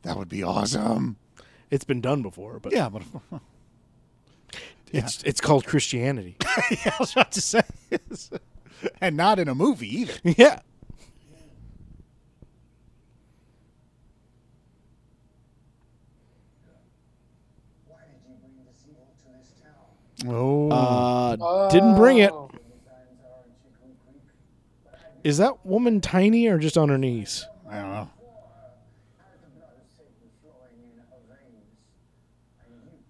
S1: That would be awesome.
S2: It's been done before, but
S1: Yeah, but yeah,
S2: it's it's called Christianity.
S1: I was about to say, and not in a movie either.
S2: yeah.
S4: Why did you bring this evil to this town?
S1: Oh,
S2: Uh, Didn't bring it.
S3: Oh.
S4: Times are in Chicken Creek.
S2: Is that woman tiny or just on her knees?
S1: I don't know.
S4: The blood of Satan flowing in her veins.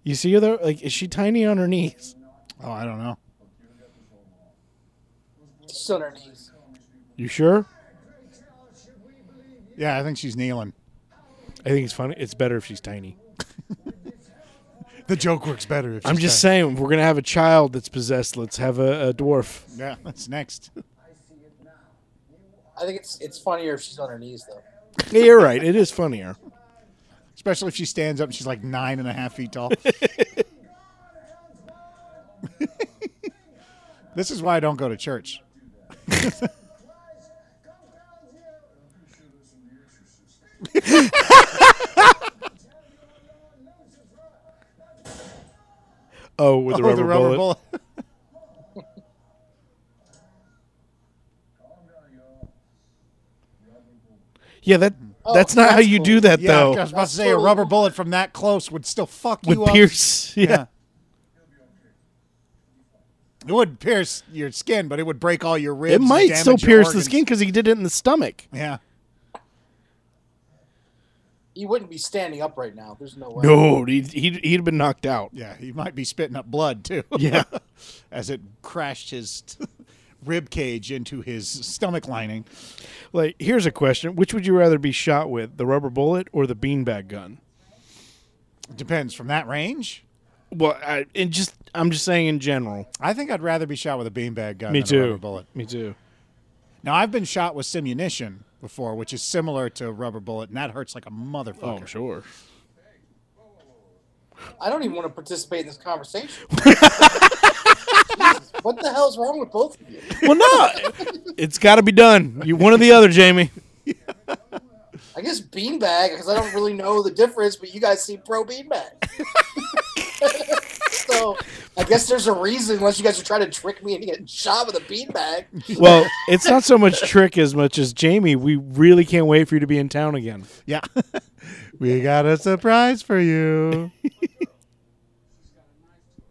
S2: You see her though? Like, is she tiny on her knees?
S1: Oh, I don't know.
S3: She's on her knees.
S2: You sure?
S1: Yeah, I think she's kneeling.
S2: I think it's funny. It's better if she's tiny.
S1: The joke works better. If
S2: I'm
S1: she's
S2: just saying, if we're gonna have a child that's possessed. Let's have a, a dwarf.
S1: tiny. Yeah, that's next.
S3: I think it's it's funnier if she's on her knees though.
S2: Yeah, you're right. It is funnier.
S1: Especially if she stands up and she's like nine and a half feet tall. this is why I don't go to church.
S4: You should listen to The Exorcist.
S2: Oh, with the,
S1: Oh,
S2: rubber, bullet.
S1: bullet.
S4: Calm down, y'all.
S2: Yeah, that Oh, that's not how
S3: that's
S2: you
S3: cool.
S2: do that
S1: Yeah,
S2: though.
S1: I was about to say a rubber bullet from that close would still fuck
S2: with
S1: you up.
S2: Pierce. Yeah.
S1: Yeah. It would pierce your skin, but it would break all your ribs.
S2: It
S1: and
S2: might
S1: damage
S2: still
S1: your
S2: pierce the
S1: organs.
S2: skin because he did it in the stomach.
S1: Yeah.
S3: He wouldn't be standing up right now. There's no way.
S2: No, he'd, he'd, he'd been knocked out.
S1: Yeah. He might be spitting up blood too.
S2: Yeah.
S1: As it crashed his rib cage into his stomach lining.
S2: Like, here's a question Which would you rather be shot with, the rubber bullet or the beanbag gun?
S1: Depends from that range.
S2: Well, I, and just I'm just saying in general.
S1: I think I'd rather be shot with a beanbag gun
S2: Me
S1: than
S2: too.
S1: a rubber bullet.
S2: Me too.
S1: Now I've been shot with simunition before, which is similar to a rubber bullet, and that hurts like a motherfucker.
S2: Oh, sure.
S3: I don't even want to participate in this conversation. Jesus, what the hell's wrong with both of you?
S2: Well, no, it's got to be done. You one or the other, Jamie.
S3: I guess beanbag because I don't really know the difference, but you guys seem pro beanbag. so I guess there's a reason, unless you guys are trying to trick me into getting shot with a beanbag.
S2: Well, it's not so much trick as much as Jamie. We really can't wait for you to be in town again.
S1: Yeah. we got a surprise for you.
S7: She's got a knife to her,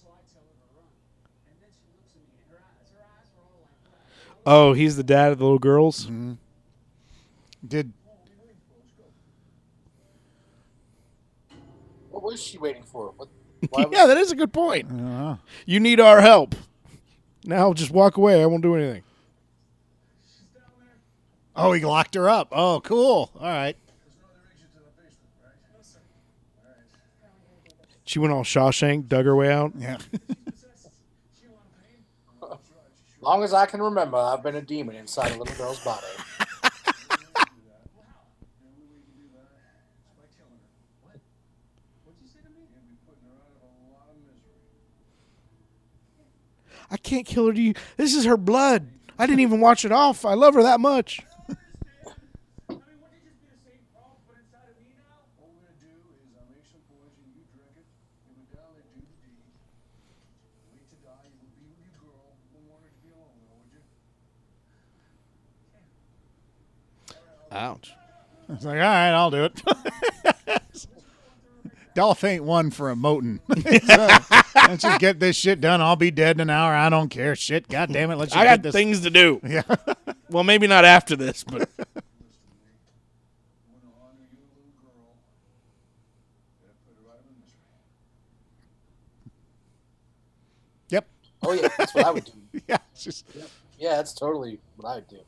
S7: so I tell her to run. And then she looks at me, and her eyes, her eyes are all like black.
S2: Oh, he's the dad of the little girls.
S1: Did
S3: What was she waiting for? What, why was,
S2: Yeah, that is a good point.
S1: uh,
S2: You need our help. Now just walk away. I won't do anything.
S1: Oh, he locked her up. Oh, cool. All right.
S2: She went all Shawshank, dug her way out.
S1: Yeah.
S3: long as I can remember, I've been a demon inside a little girl's body.
S4: You'd be putting her out of a lot of misery.
S2: I can't kill her. Do you? This is her blood. I didn't even watch it off. I love her that much.
S7: I mean, wouldn't it just be the same problem, but inside of me now?
S4: What we're gonna do is I make some poison, you drink it, you would down there do the deed. Wait to die, you would be with your girl, you wouldn't want her to be alone, though, would you?
S2: Ouch.
S1: It's like, all right, I'll do it. Dolph ain't one for a motin. so, let's just get this shit done. I'll be dead in an hour. I don't care. Shit. God damn it. Let's just
S2: I
S1: get
S2: got
S1: this.
S2: things to do.
S1: Yeah.
S2: Well, maybe not after this, but
S4: I wanna honor your little girl. Gotta put her out of misery.
S1: yep.
S3: Oh yeah, that's what I would do.
S1: Yeah. it's just
S3: Yeah, that's totally what I would do.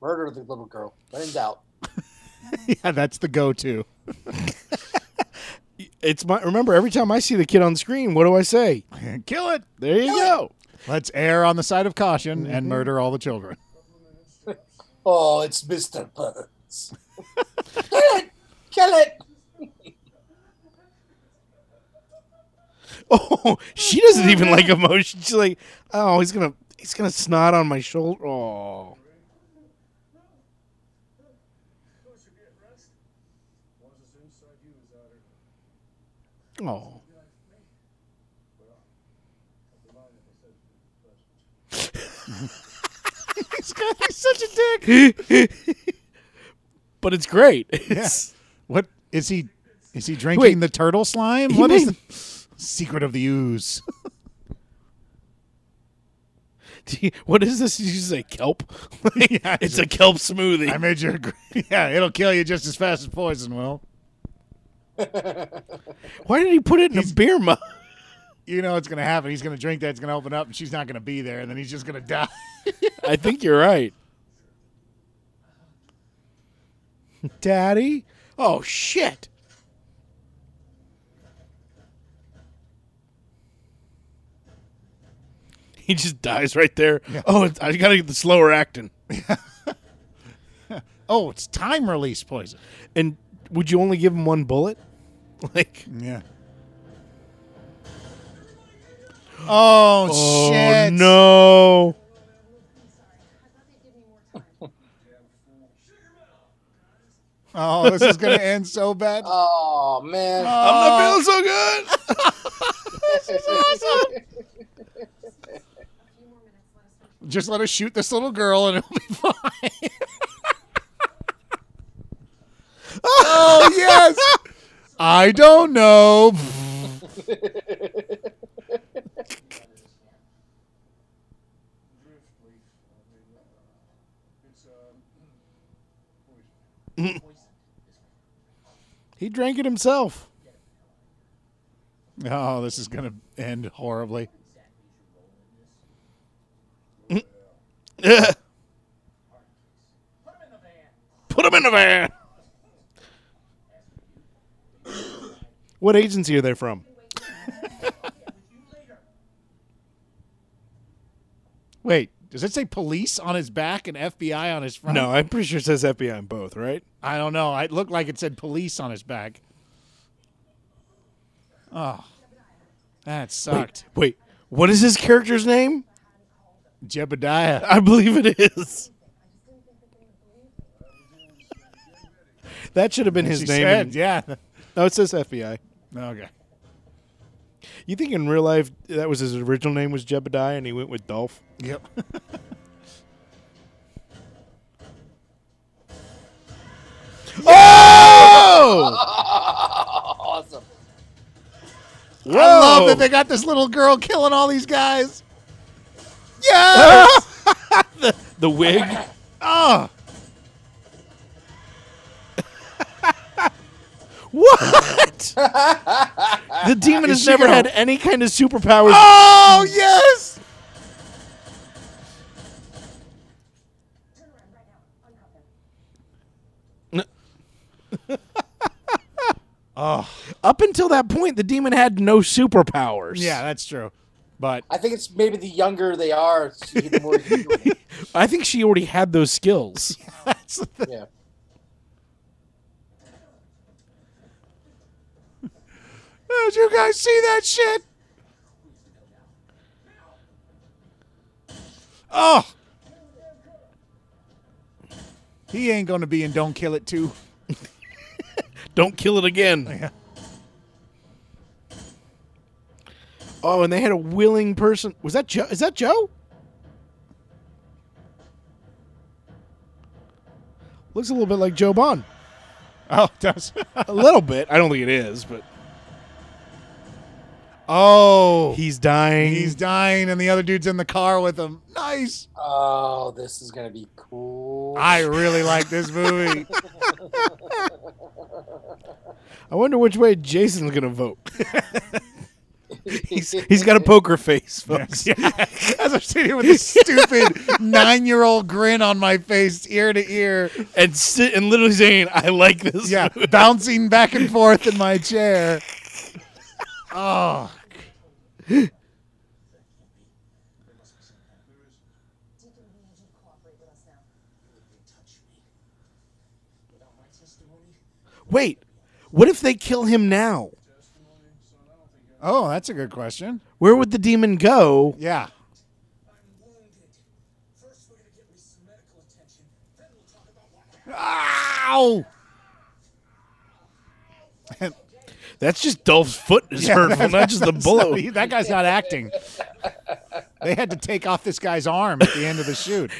S3: Murder the little girl. When in doubt.
S1: yeah. That's the go-to.
S2: it's my. Remember, every time I see the kid on screen, what do I say?
S1: Kill it.
S2: There you go.
S1: Let's err on the side of caution
S2: Mm-hmm.
S1: and murder all the children.
S3: Oh, it's Mr. Burns. Kill it! Kill it!
S2: Oh, she doesn't even like emotion. She's like, oh, he's gonna, he's gonna snot on my shoulder. Oh,
S4: Once it's inside you, it's out of her.
S2: oh.
S1: He's got- he's such a dick.
S2: but it's great. It's,
S1: What is he? Is he drinking
S2: Wait.
S1: the turtle slime?
S2: He
S1: What is
S2: made-
S1: the secret of the ooze?
S2: What is this? Did you say kelp?
S1: Yeah,
S2: it's a kelp smoothie.
S1: I made your. Yeah, it'll kill you just as fast as poison will.
S2: Why did he put it in a beer mug?
S1: You know it's gonna happen. He's gonna drink that. It's gonna open up, and she's not gonna be there, and then he's just gonna die.
S2: I think you're right. Daddy? Oh, shit. He just dies right there. Oh, it's, I got to get the slower acting.
S1: Oh, it's time release poison.
S2: And would you only give him one bullet? Like,
S1: Yeah. Oh, shit!
S2: no.
S1: Oh, this is gonna end so bad.
S3: Oh man.
S2: I'm not feeling so good.
S1: Just let us shoot this little girl, and it'll be fine. oh yes. I don't know.
S4: Drift leaf, I mean, uh, it's, um, poison.
S2: He drank it himself.
S1: Oh, this is gonna end horribly.
S2: Put him in the van. What agency are they from?
S1: Wait, does it say police on his back and FBI on his front?
S2: No, I'm pretty sure it says FBI on both, right?
S1: I don't know. It looked like it said police on his back. Oh, that sucked.
S2: Wait, what is his character's name?
S1: Jebediah.
S2: I believe it is. That should have been his
S1: She
S2: name.
S1: said,
S2: in-
S1: yeah.
S2: No, it says FBI.
S1: Okay.
S2: You think in real life that was his original name was Jebediah and he went with Dolph?
S1: Yep.
S2: Oh!
S3: Awesome.
S2: Whoa!
S1: I love that they got this little girl killing all these guys.
S2: Yeah! the, the wig.
S1: Oh,
S2: What? the demon
S1: Is
S2: has
S1: she
S2: never
S1: gonna-
S2: had any kind of superpowers.
S1: oh yes.
S8: Turn around right now. Uncuff him.
S1: Ah.
S2: Up until that point, the demon had no superpowers.
S1: Yeah, that's true. But
S3: I think it's maybe the younger they are, the more. you do it.
S2: I think she already had those skills.
S1: that's the thing.
S3: yeah.
S1: Did you guys see that shit? Oh. He ain't going to be in Don't Kill It too.
S2: Don't kill it again.
S1: Yeah.
S2: Oh, and they had a willing person. Was that Joe? Is that Joe? Looks a little bit like Joe Bond.
S1: Oh, it does.
S2: A little bit. I don't think it is, but
S1: oh.
S2: he's dying.
S1: He's dying, and the other dude's in the car with him. Nice.
S3: Oh, this is gonna be cool.
S1: I really like this movie.
S2: I wonder which way Jason's gonna vote. he's he's got a poker face, folks.
S1: As I'm sitting here with this stupid nine year old grin on my face, ear to ear.
S2: And sit and literally saying, "I like this."
S1: Yeah, bouncing back and forth in my chair. Oh,
S8: Deacon, we need you to cooperate with us now.
S2: Wait, what if they kill him now?
S1: oh, that's a good question.
S2: Where would the demon go?
S1: Yeah.
S7: I'm wounded. First, we're gonna get me some medical attention. Then we'll talk about what happened.
S1: Ow!
S2: That's just Dolph's foot is
S1: Yeah,
S2: hurtful, not just the
S1: That's
S2: bullet.
S1: not- he- that guy's not acting. They had to take off this guy's arm at the end of the shoot.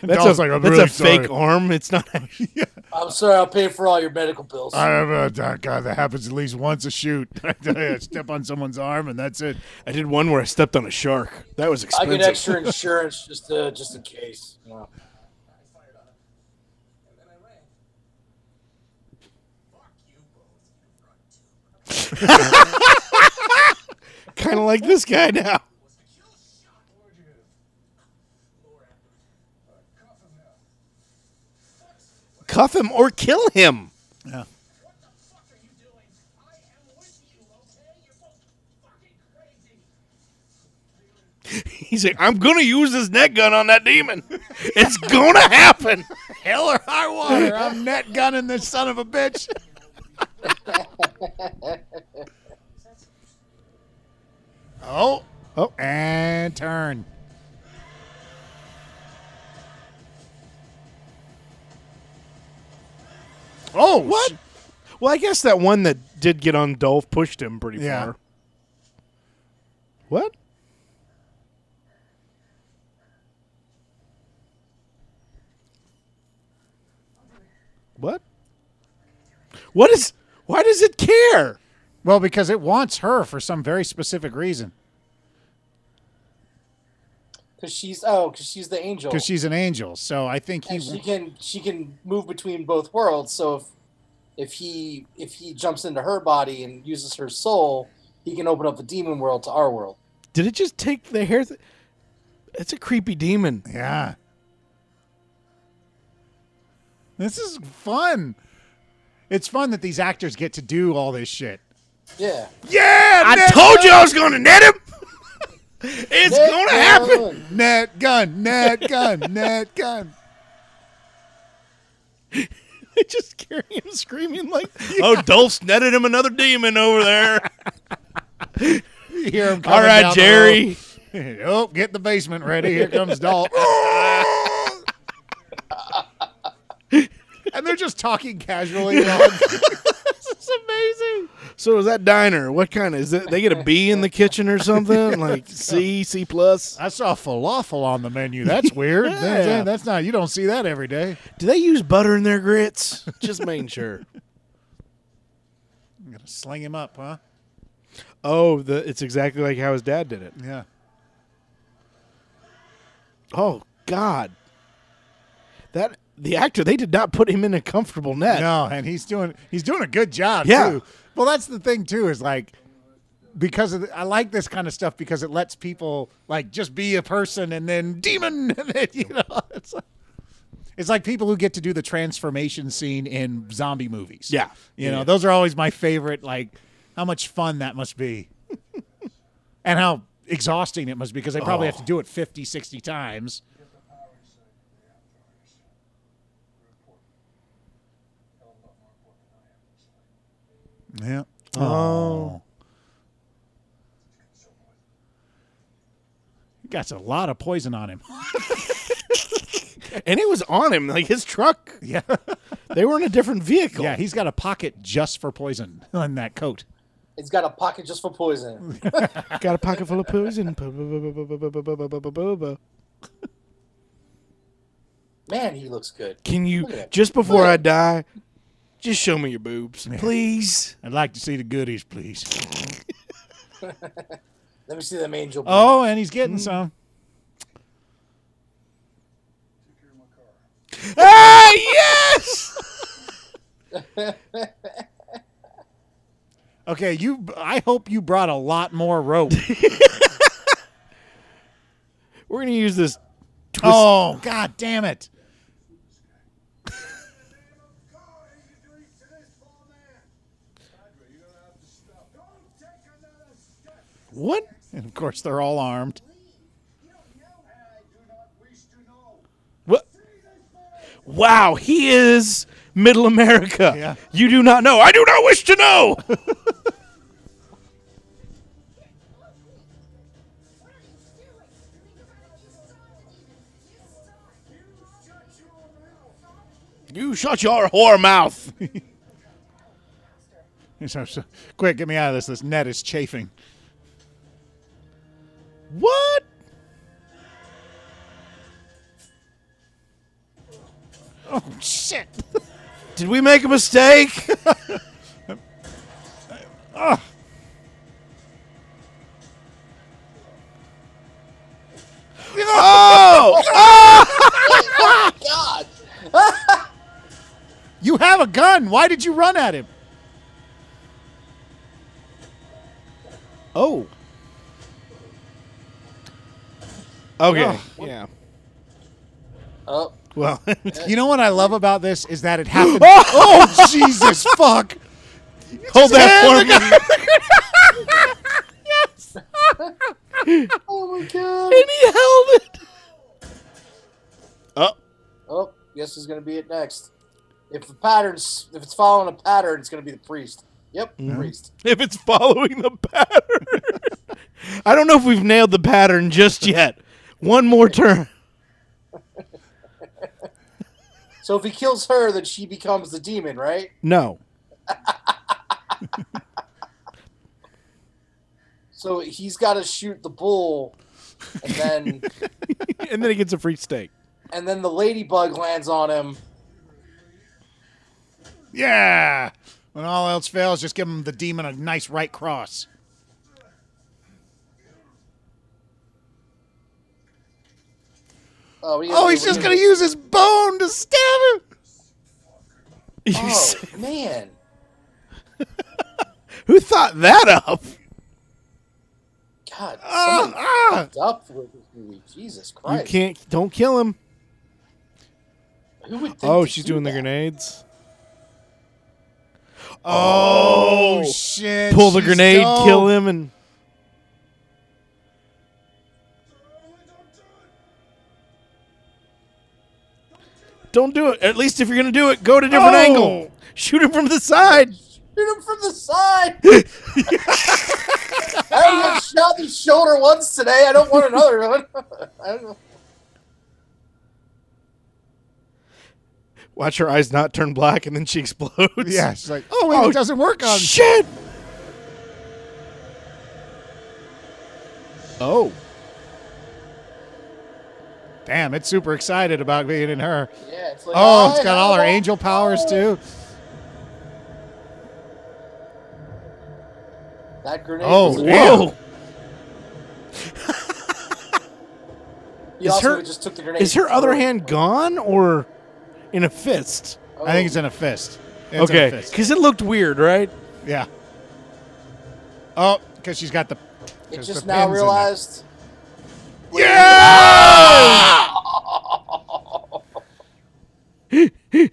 S2: That's
S1: Dolph's
S2: a,
S1: like, "I'm
S2: that's
S1: really
S2: a fake
S1: sorry."
S2: arm. It's not.
S3: I'm sorry. I'll pay for all your medical bills.
S1: I don't know. that guy, that happens at least once a shoot. I step on someone's arm and that's it.
S2: I did one where I stepped on a shark. That was
S3: I
S2: expensive.
S3: get extra insurance just uh, just in case. You know.
S7: I fired on him. And then I ran. Fuck you both. You've run too.
S2: kind of like this guy now.
S7: Was the kill shot? Where'd you hit him? Lower abdomen.
S4: Cuff him
S2: Cuff him
S4: now.
S2: or kill him.
S7: What the fuck are you doing? I am with you, okay? You're both fucking crazy.
S2: He's like, I'm gonna use this net gun on that demon. It's gonna happen.
S1: Hell or high water. I'm net gunning this son of a bitch. oh.
S2: Oh.
S1: And turn. Oh,
S2: What? Well, I guess that one that did get on Dolph pushed him pretty
S1: Yeah.
S2: far. What? What? What is? Why does it care?
S1: Well, because it wants her for some very specific reason.
S3: Cause she's oh, cause she's the angel.
S1: Because she's an angel. So I think he.
S3: and she can she can move between both worlds. So if if he if he jumps into her body and uses her soul, he can open up the demon world to our world.
S2: Did it just take the hair? Th- it's a creepy demon.
S1: Yeah. This is fun. It's fun that these actors get to do all this shit.
S3: Yeah.
S1: Yeah,
S2: I told you I was going to net him. It's gonna happen.
S1: Net gun, net gun, net gun.
S2: I just hear him screaming like, "Oh, Dolph's netted him another demon over there."
S1: You hear him coming
S2: All right,
S1: down the
S2: Jerry.
S1: road. oh, get the basement ready. Here comes Dolph. and they're just talking casually. dog.
S2: It's amazing. So is that diner? What kind is it? They get a B in the kitchen or something like C, C plus.
S1: I saw falafel on the menu. That's weird.
S2: Yeah.
S1: That's- that's not. You don't see that every day.
S2: Do they use butter in their grits? Just making sure.
S1: I'm gonna sling him up, huh?
S2: Oh, the it's exactly like how his dad did it.
S1: Yeah.
S2: Oh God, that the actor they did not put him in a comfortable net.
S1: No, and he's doing he's doing a good job
S2: Yeah.
S1: too. Well, that's the thing too is like because of the, I like this kind of stuff because it lets people like just be a person and then demon and then, you know it's like, it's like people who get to do the transformation scene in zombie movies.
S2: Yeah.
S1: You
S2: Yeah.
S1: know, those are always my favorite like how much fun that must be. and how exhausting it must be because they
S2: Oh.
S1: probably have to do it 50 60 times.
S4: Get the power side of the outdoors. We're important. Hell, a lot more important than I am at this point.
S1: Yeah.
S2: Oh.
S4: So forth.
S1: He got a lot of poison on him.
S2: and it was on him like his truck.
S1: Yeah.
S2: They were in a different vehicle.
S1: Yeah, he's got a pocket just for poison on that coat.
S3: It's got a pocket just for poison.
S2: Got a pocket full of poison. Bu- bu- bu- bu- bu- bu- bu- bu- bu- bu- bu- bu- bu-
S3: Man, he looks good.
S2: Can you
S3: Look at that.
S2: just before I die, just show me your boobs, please?
S1: I'd like to see the goodies, please.
S3: Let me see them angel. Oh.
S1: Oh, and he's getting some.
S4: Take care of my car.
S2: ah, yes.
S1: Okay, you. I hope you brought a lot more rope.
S2: We're gonna use this. Twist.
S1: oh, god damn it!
S4: Car, you can do it to this poor man. Padre, you're gonna have to stop. Don't take another step.
S2: What?
S1: And of course, they're all armed.
S4: I do not wish to know.
S2: What? Wow, he is Middle America.
S1: Yeah.
S2: You do not know. I do not wish to know.
S8: What are you doing? Think about it. You saw the demon. You
S2: you
S8: saw it. You shut your mouth.
S2: shut your whore mouth.
S1: So, so, quick, get me out of this. This net is chafing.
S2: What?
S1: Oh shit!
S2: Did we make a mistake? oh!
S3: God,
S1: You have a gun. Why did you run at him?
S2: Oh. Okay. Yeah.
S3: oh,
S2: Well,
S1: You know what I love about this is that it happened. oh Jesus! Fuck!
S2: hold
S1: hand
S2: that for me.
S3: oh my God.
S2: he held it. Oh.
S3: Oh, guess is gonna be it next. If the patterns, if it's following a pattern, it's gonna be the priest. Yep,
S2: Mm-hmm.
S3: priest.
S2: if it's following the pattern. I don't know if we've nailed the pattern just yet. One more turn.
S3: So if he kills her, then she becomes the demon, right?
S2: No.
S3: So he's got to shoot the bull, and then
S2: and then he gets a free steak.
S3: and then the ladybug lands on him.
S1: Yeah. When all else fails, just give him the demon a nice right cross.
S3: Oh, he-
S1: Oh, he's just gonna use his bone to stab him.
S3: Oh man,
S2: Who thought that up?
S3: God,
S1: Ah,
S3: something
S1: ah.
S3: up with this movie. Jesus
S2: Uh, You
S3: Christ!
S2: can't. Don't kill him.
S3: Who would think
S2: Oh,
S3: to
S2: she's
S3: do
S2: doing the
S3: that?
S2: grenades.
S1: Oh shit!
S2: Pull the
S1: Oh, she's
S2: grenade,
S1: dope.
S2: kill him, and Don't do it. At least if you're gonna do it, go to a different
S1: Oh.
S2: angle. Shoot him from the side.
S3: Shoot him from the side. I already got shot in the shoulder once today. I don't want another one. I don't know.
S2: Watch her eyes not turn black, and then she explodes.
S1: Yeah, she's like, oh, wait,
S2: Oh,
S1: it doesn't work on.
S2: Shit. Oh.
S1: Damn, it's super excited about being in her.
S3: Yeah, it's like,
S1: Oh, it's
S3: I
S1: got all
S3: have
S1: her
S3: a-
S1: angel powers too.
S3: That grenade.
S1: Oh,
S3: was-
S1: damn.
S2: Whoa.
S3: You
S2: Is
S3: also
S2: her-
S3: just took the grenade.
S2: Is her other hand gone or in a fist?
S1: I think
S3: Oh.
S1: it's in a fist. It's in a
S2: okay,
S1: fist.
S2: because it looked weird, right?
S1: Yeah. Oh, because she's got the.
S3: It
S1: 'cause
S3: just
S1: the pin's
S3: now
S1: in there.
S3: realized.
S1: Yeah!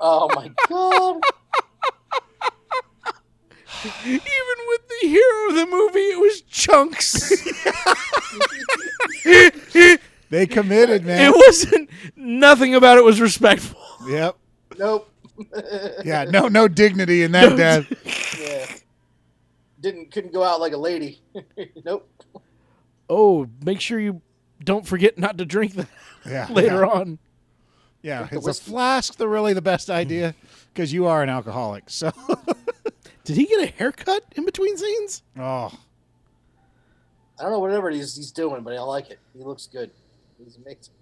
S3: Oh my god.
S2: Even with the hero of the movie, it was chunks. it
S1: They committed, man.
S2: wasn't. Nothing about it was respectful.
S1: Yep.
S3: Nope.
S1: Yeah. No. No dignity in that, Dad.
S3: Yeah. Didn't couldn't go out like a lady. nope.
S2: Oh, make sure you don't forget not to drink that
S1: Yeah.
S2: later
S1: yeah.
S2: on.
S1: Yeah.
S3: the
S1: Is a
S3: whiskey.
S1: flask the really the best idea? Because you are an alcoholic. So.
S2: Did he get a haircut in between scenes?
S1: Oh.
S3: I don't know whatever he's he's doing, but I like it. He looks good. He's amazing.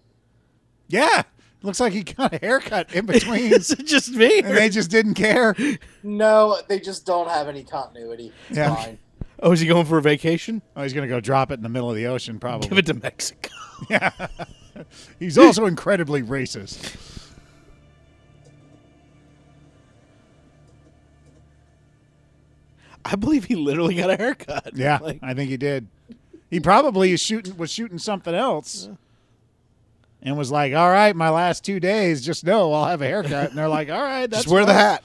S1: Yeah. Looks like he got a haircut in between,
S2: Is it just me?
S1: and they just didn't care.
S3: No, they just don't have any continuity. It's
S1: Yeah.
S3: fine.
S2: Oh, is he going for a vacation?
S1: Oh, he's gonna go drop it in the middle of the ocean, probably.
S2: Give it to Mexico.
S1: Yeah. He's also incredibly racist.
S2: I believe he literally got a haircut.
S1: Yeah,
S2: Like,
S1: I think he did. He probably is shooting was shooting something else. And was like, "All right, my last two days, just know I'll have a haircut." And they're like, "All right, that's
S2: just wear the
S1: fine."
S2: hat.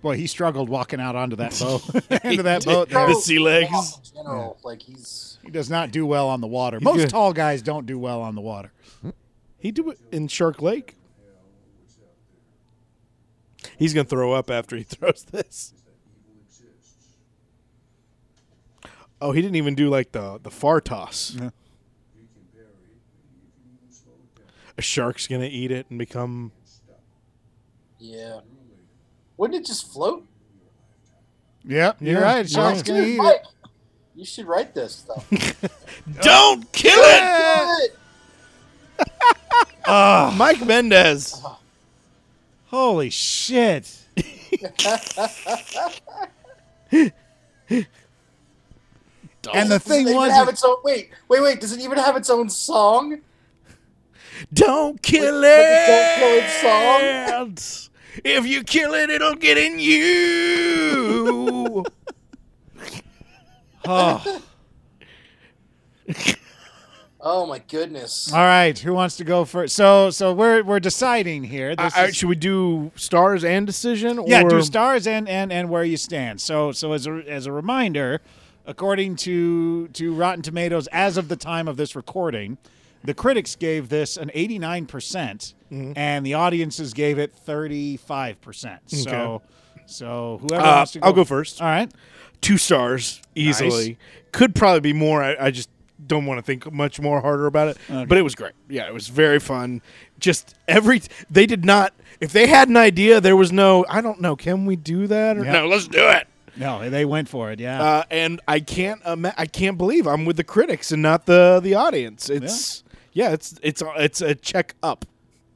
S1: Boy, he struggled walking out onto that boat. into that boat,
S2: The
S1: there.
S3: Oh,
S2: sea legs.
S3: wow, in general, like he's
S1: he does not do well on the water.
S2: He's
S1: Most
S2: good.
S1: tall guys don't do well on the water.
S2: He do it in Shark Lake. He's gonna throw up after he throws this. Oh, he didn't even do like the the far toss.
S1: No.
S2: A shark's gonna eat it and become.
S3: yeah. Wouldn't it just float?
S1: Yep, you're
S2: Yeah.
S1: right. Shark's
S2: Yeah.
S1: gonna eat it.
S3: Mike, you should write this stuff.
S2: Don't kill
S1: Yeah.
S2: it, Mike Mendez.
S1: Holy shit! and the
S3: Does
S1: thing
S3: it even
S1: was,
S3: have its own? Wait, wait, wait. Does it even have its own song?
S2: Don't kill
S3: Like a
S2: it.
S3: Don't
S2: If you kill it, it'll get in you.
S1: oh.
S3: Oh my goodness.
S1: All right, who wants to go first? So, so we're we're deciding here. This
S2: I- I-
S1: is-
S2: should we do stars and decision? Or
S1: yeah, do stars and and and where you stand. So, so as a as a reminder, according to to Rotten Tomatoes, as of the time of this recording, the critics gave this an eighty nine percent,
S2: Mm-hmm.
S1: and the audiences gave it thirty five percent. So, so whoever
S2: Uh,
S1: wants to go,
S2: I'll go first.
S1: All right.
S2: two stars easily. Could probably be more. I, I just don't want to think much more harder about it. But it was great. Yeah, it was very fun. Just every they did not. If they had an idea, there was no. I don't know. Can we do that? Or,
S1: Yeah.
S2: No, let's do it.
S1: No, they went for it. Yeah.
S2: Uh, and I can't. Ima- I can't believe I'm with the critics and not the the audience. It's yeah. it's it's it's a check up.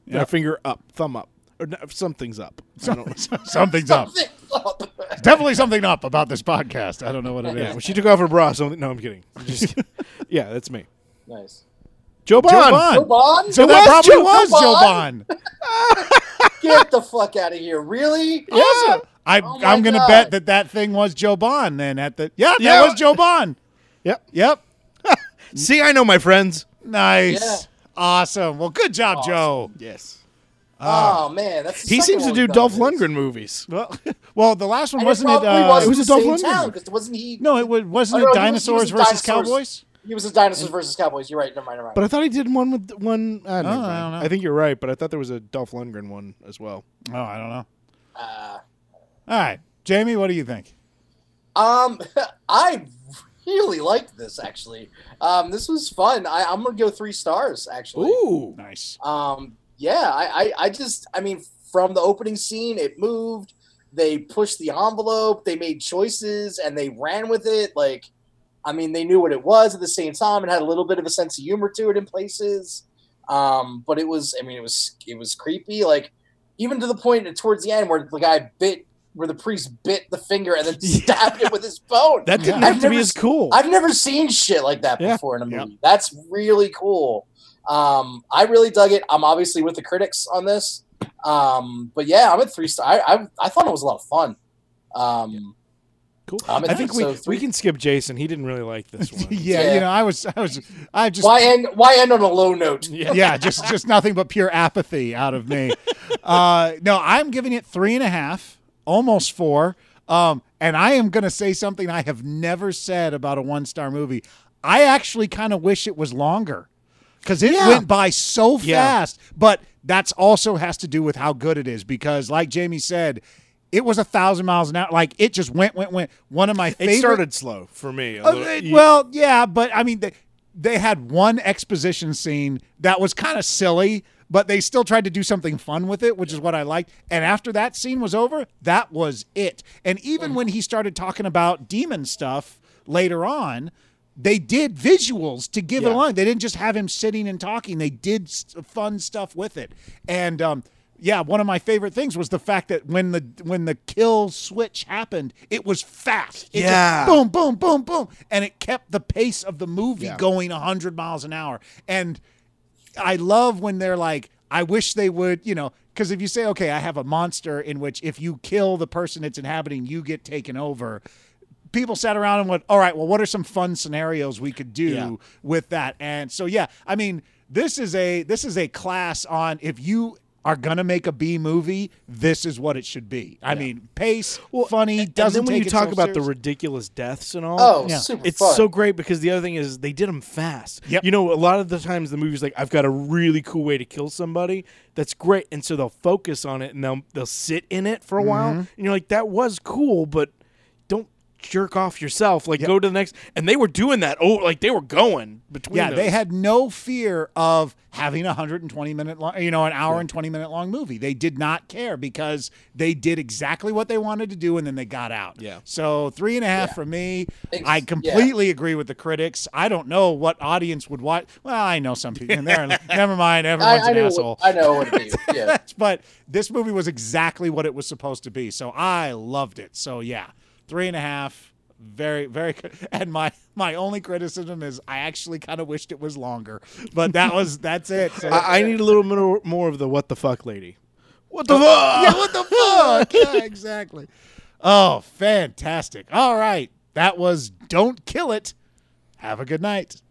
S1: Yeah.
S2: A finger up, thumb up, or no, something's up. I don't know.
S1: Something's up.
S3: Stop.
S1: Definitely something up about this podcast. I don't know what it
S2: Yeah, when
S1: is.
S2: she took off her bra, something. No, I'm kidding. I'm just kidding. yeah, that's me.
S3: nice.
S2: Joe Bond.
S1: Bond.
S3: Joe Bond?
S1: So
S2: It
S1: that
S2: was
S1: probably
S2: Joe
S1: was Joe
S3: Bond.
S1: Bond.
S3: Get the fuck out of here. Really?
S1: Awesome. I,
S3: Oh my
S1: I'm going to
S3: God.
S1: bet that that thing was Joe Bond then at the Yeah, that
S2: Yeah.
S1: was Joe Bond.
S2: Yep.
S1: Yep.
S2: See, I know my friends.
S1: Nice.
S3: Yeah.
S1: Awesome. Well, good job, Joe.
S2: Yes.
S3: oh man, that's the
S2: Ah. He
S3: second
S2: seems to
S3: one we've
S2: do
S3: done
S2: Dolph
S3: of this.
S2: Lundgren movies.
S1: Well, well, the last one
S3: And
S1: wasn't
S3: it
S1: it?
S3: probably
S1: Uh,
S3: wasn't
S2: it was a
S3: the
S2: Dolph
S3: same
S2: Lundgren
S3: town
S2: movie.
S3: because wasn't he?
S1: no, it wa-
S3: Oh,
S1: wasn't
S3: no,
S1: it
S3: he was- he was
S1: dinosaurs versus
S3: a dinosaurs.
S1: cowboys?
S3: He was a dinosaurs versus cowboys. You're right. Never mind. Never mind.
S2: But I thought he did one with one. I,
S1: Oh,
S2: don't
S1: I don't
S2: know.
S1: know.
S2: I think you're right, but I thought there was a Dolph Lundgren one as well.
S1: Oh, I don't know.
S3: uh,
S1: All right, Jamie, what do you think?
S3: Um, I really liked this actually. Um, this was fun. I, I'm gonna go three stars actually.
S2: Ooh,
S1: Nice.
S3: Um, yeah, I, I, I just, I mean, from the opening scene, it moved. They pushed the envelope. They made choices and they ran with it. Like, I mean, they knew what it was at the same time and had a little bit of a sense of humor to it in places. Um, but it was, I mean, it was, it was creepy. Like, even to the point towards the end where the guy bit, where the priest bit the finger and then
S2: Yeah.
S3: stabbed it with his phone.
S2: that didn't
S3: I've
S2: have to be
S3: never
S2: as cool.
S3: I've never seen shit like that
S2: Yeah.
S3: before in a movie.
S2: Yeah.
S3: That's really cool. Um, I really dug it. I'm obviously with the critics on this, um, but yeah, I'm at three star. I, I, I thought it was a lot of fun. Um,
S2: cool.
S3: I'm at
S2: I think
S3: that,
S2: we
S3: so
S2: we
S3: three-
S2: can skip Jason. He didn't really like this one.
S1: Yeah,
S3: Yeah.
S1: you know, I was, I was, I just,
S3: why end? Why end on a low note?
S2: yeah.
S1: yeah, just, just nothing but pure apathy out of me. Uh, no, I'm giving it three and a half, almost four. Um, and I am going to say something I have never said about a one star movie. I actually kind of wish it was longer because it
S2: Yeah.
S1: went by so
S2: Yeah.
S1: fast. But that's also has to do with how good it is because, like Jamie said, it was a thousand miles an hour. Like it just went, went, went. One of my
S2: It
S1: favorite.
S2: started slow for me. a
S1: Uh,
S2: little.
S1: it-
S2: You-
S1: well, yeah, but I mean, they, they had one exposition scene that was kind of silly, but they still tried to do something fun with it, which is what I liked. And after that scene was over, that was it. And even when he started talking about demon stuff later on, they did visuals to give it
S2: Yeah.
S1: along. They didn't just have him sitting and talking. They did s fun stuff with it. And um, yeah, one of my favorite things was the fact that when the when the kill switch happened, it was fast. It just
S2: Yeah.
S1: boom, boom, boom, boom, boom. And it kept the pace of the movie
S2: Yeah.
S1: going 100 miles an hour. And I love when they're like, I wish they would, you know, because if you say, okay, I have a monster in which if you kill the person it's inhabiting, you get taken over. People sat around and went, all right, well, what are some fun scenarios we could do
S2: Yeah.
S1: with that? And so, yeah, I mean, this is a this is a class on if you are gonna make a B movie, this is what it should be. I mean, pace, funny,
S2: and
S1: doesn't
S2: then when
S1: take
S2: you talk
S1: itself
S2: about the
S1: serious.
S2: ridiculous deaths and all.
S3: Oh,
S1: Yeah.
S3: super
S2: It's
S3: fun.
S2: so great because the other thing is they did them fast.
S1: Yep.
S2: You know, a lot of the times the movie's like, I've got a really cool way to kill somebody. That's great, and so they'll focus on it and they'll they'll sit in it for a while.
S1: Mm-hmm.
S2: And you're like, that was cool, but don't jerk off yourself. Like, go to the next. And they were doing that. Oh, like they were going between.
S1: Yeah, they
S2: those.
S1: had no fear of having a 120 minute long, you know, an hour and 20 minute long movie. They did not care because they did exactly what they wanted to do and then they got out.
S2: Yeah.
S1: So three and a half for me.
S3: Ex-
S1: I
S3: yeah.
S1: completely agree with the critics. I don't know what audience would watch. Well, I know some people in there. Never mind.
S3: I,
S1: Everyone's
S3: I
S1: an
S3: know.
S1: asshole.
S3: I know what it is. Yeah.
S1: but this movie was exactly what it was supposed to be. So I loved it. So yeah, three and a half. Very, very good. And my my only criticism is I actually kind of wished it was longer, but that was that's it. So,
S2: I, I need a little more, more of the what the fuck lady. What the fuck?
S1: yeah, what the fuck? Yeah, exactly. Oh, fantastic! All right, that was don't kill it. Have a good night.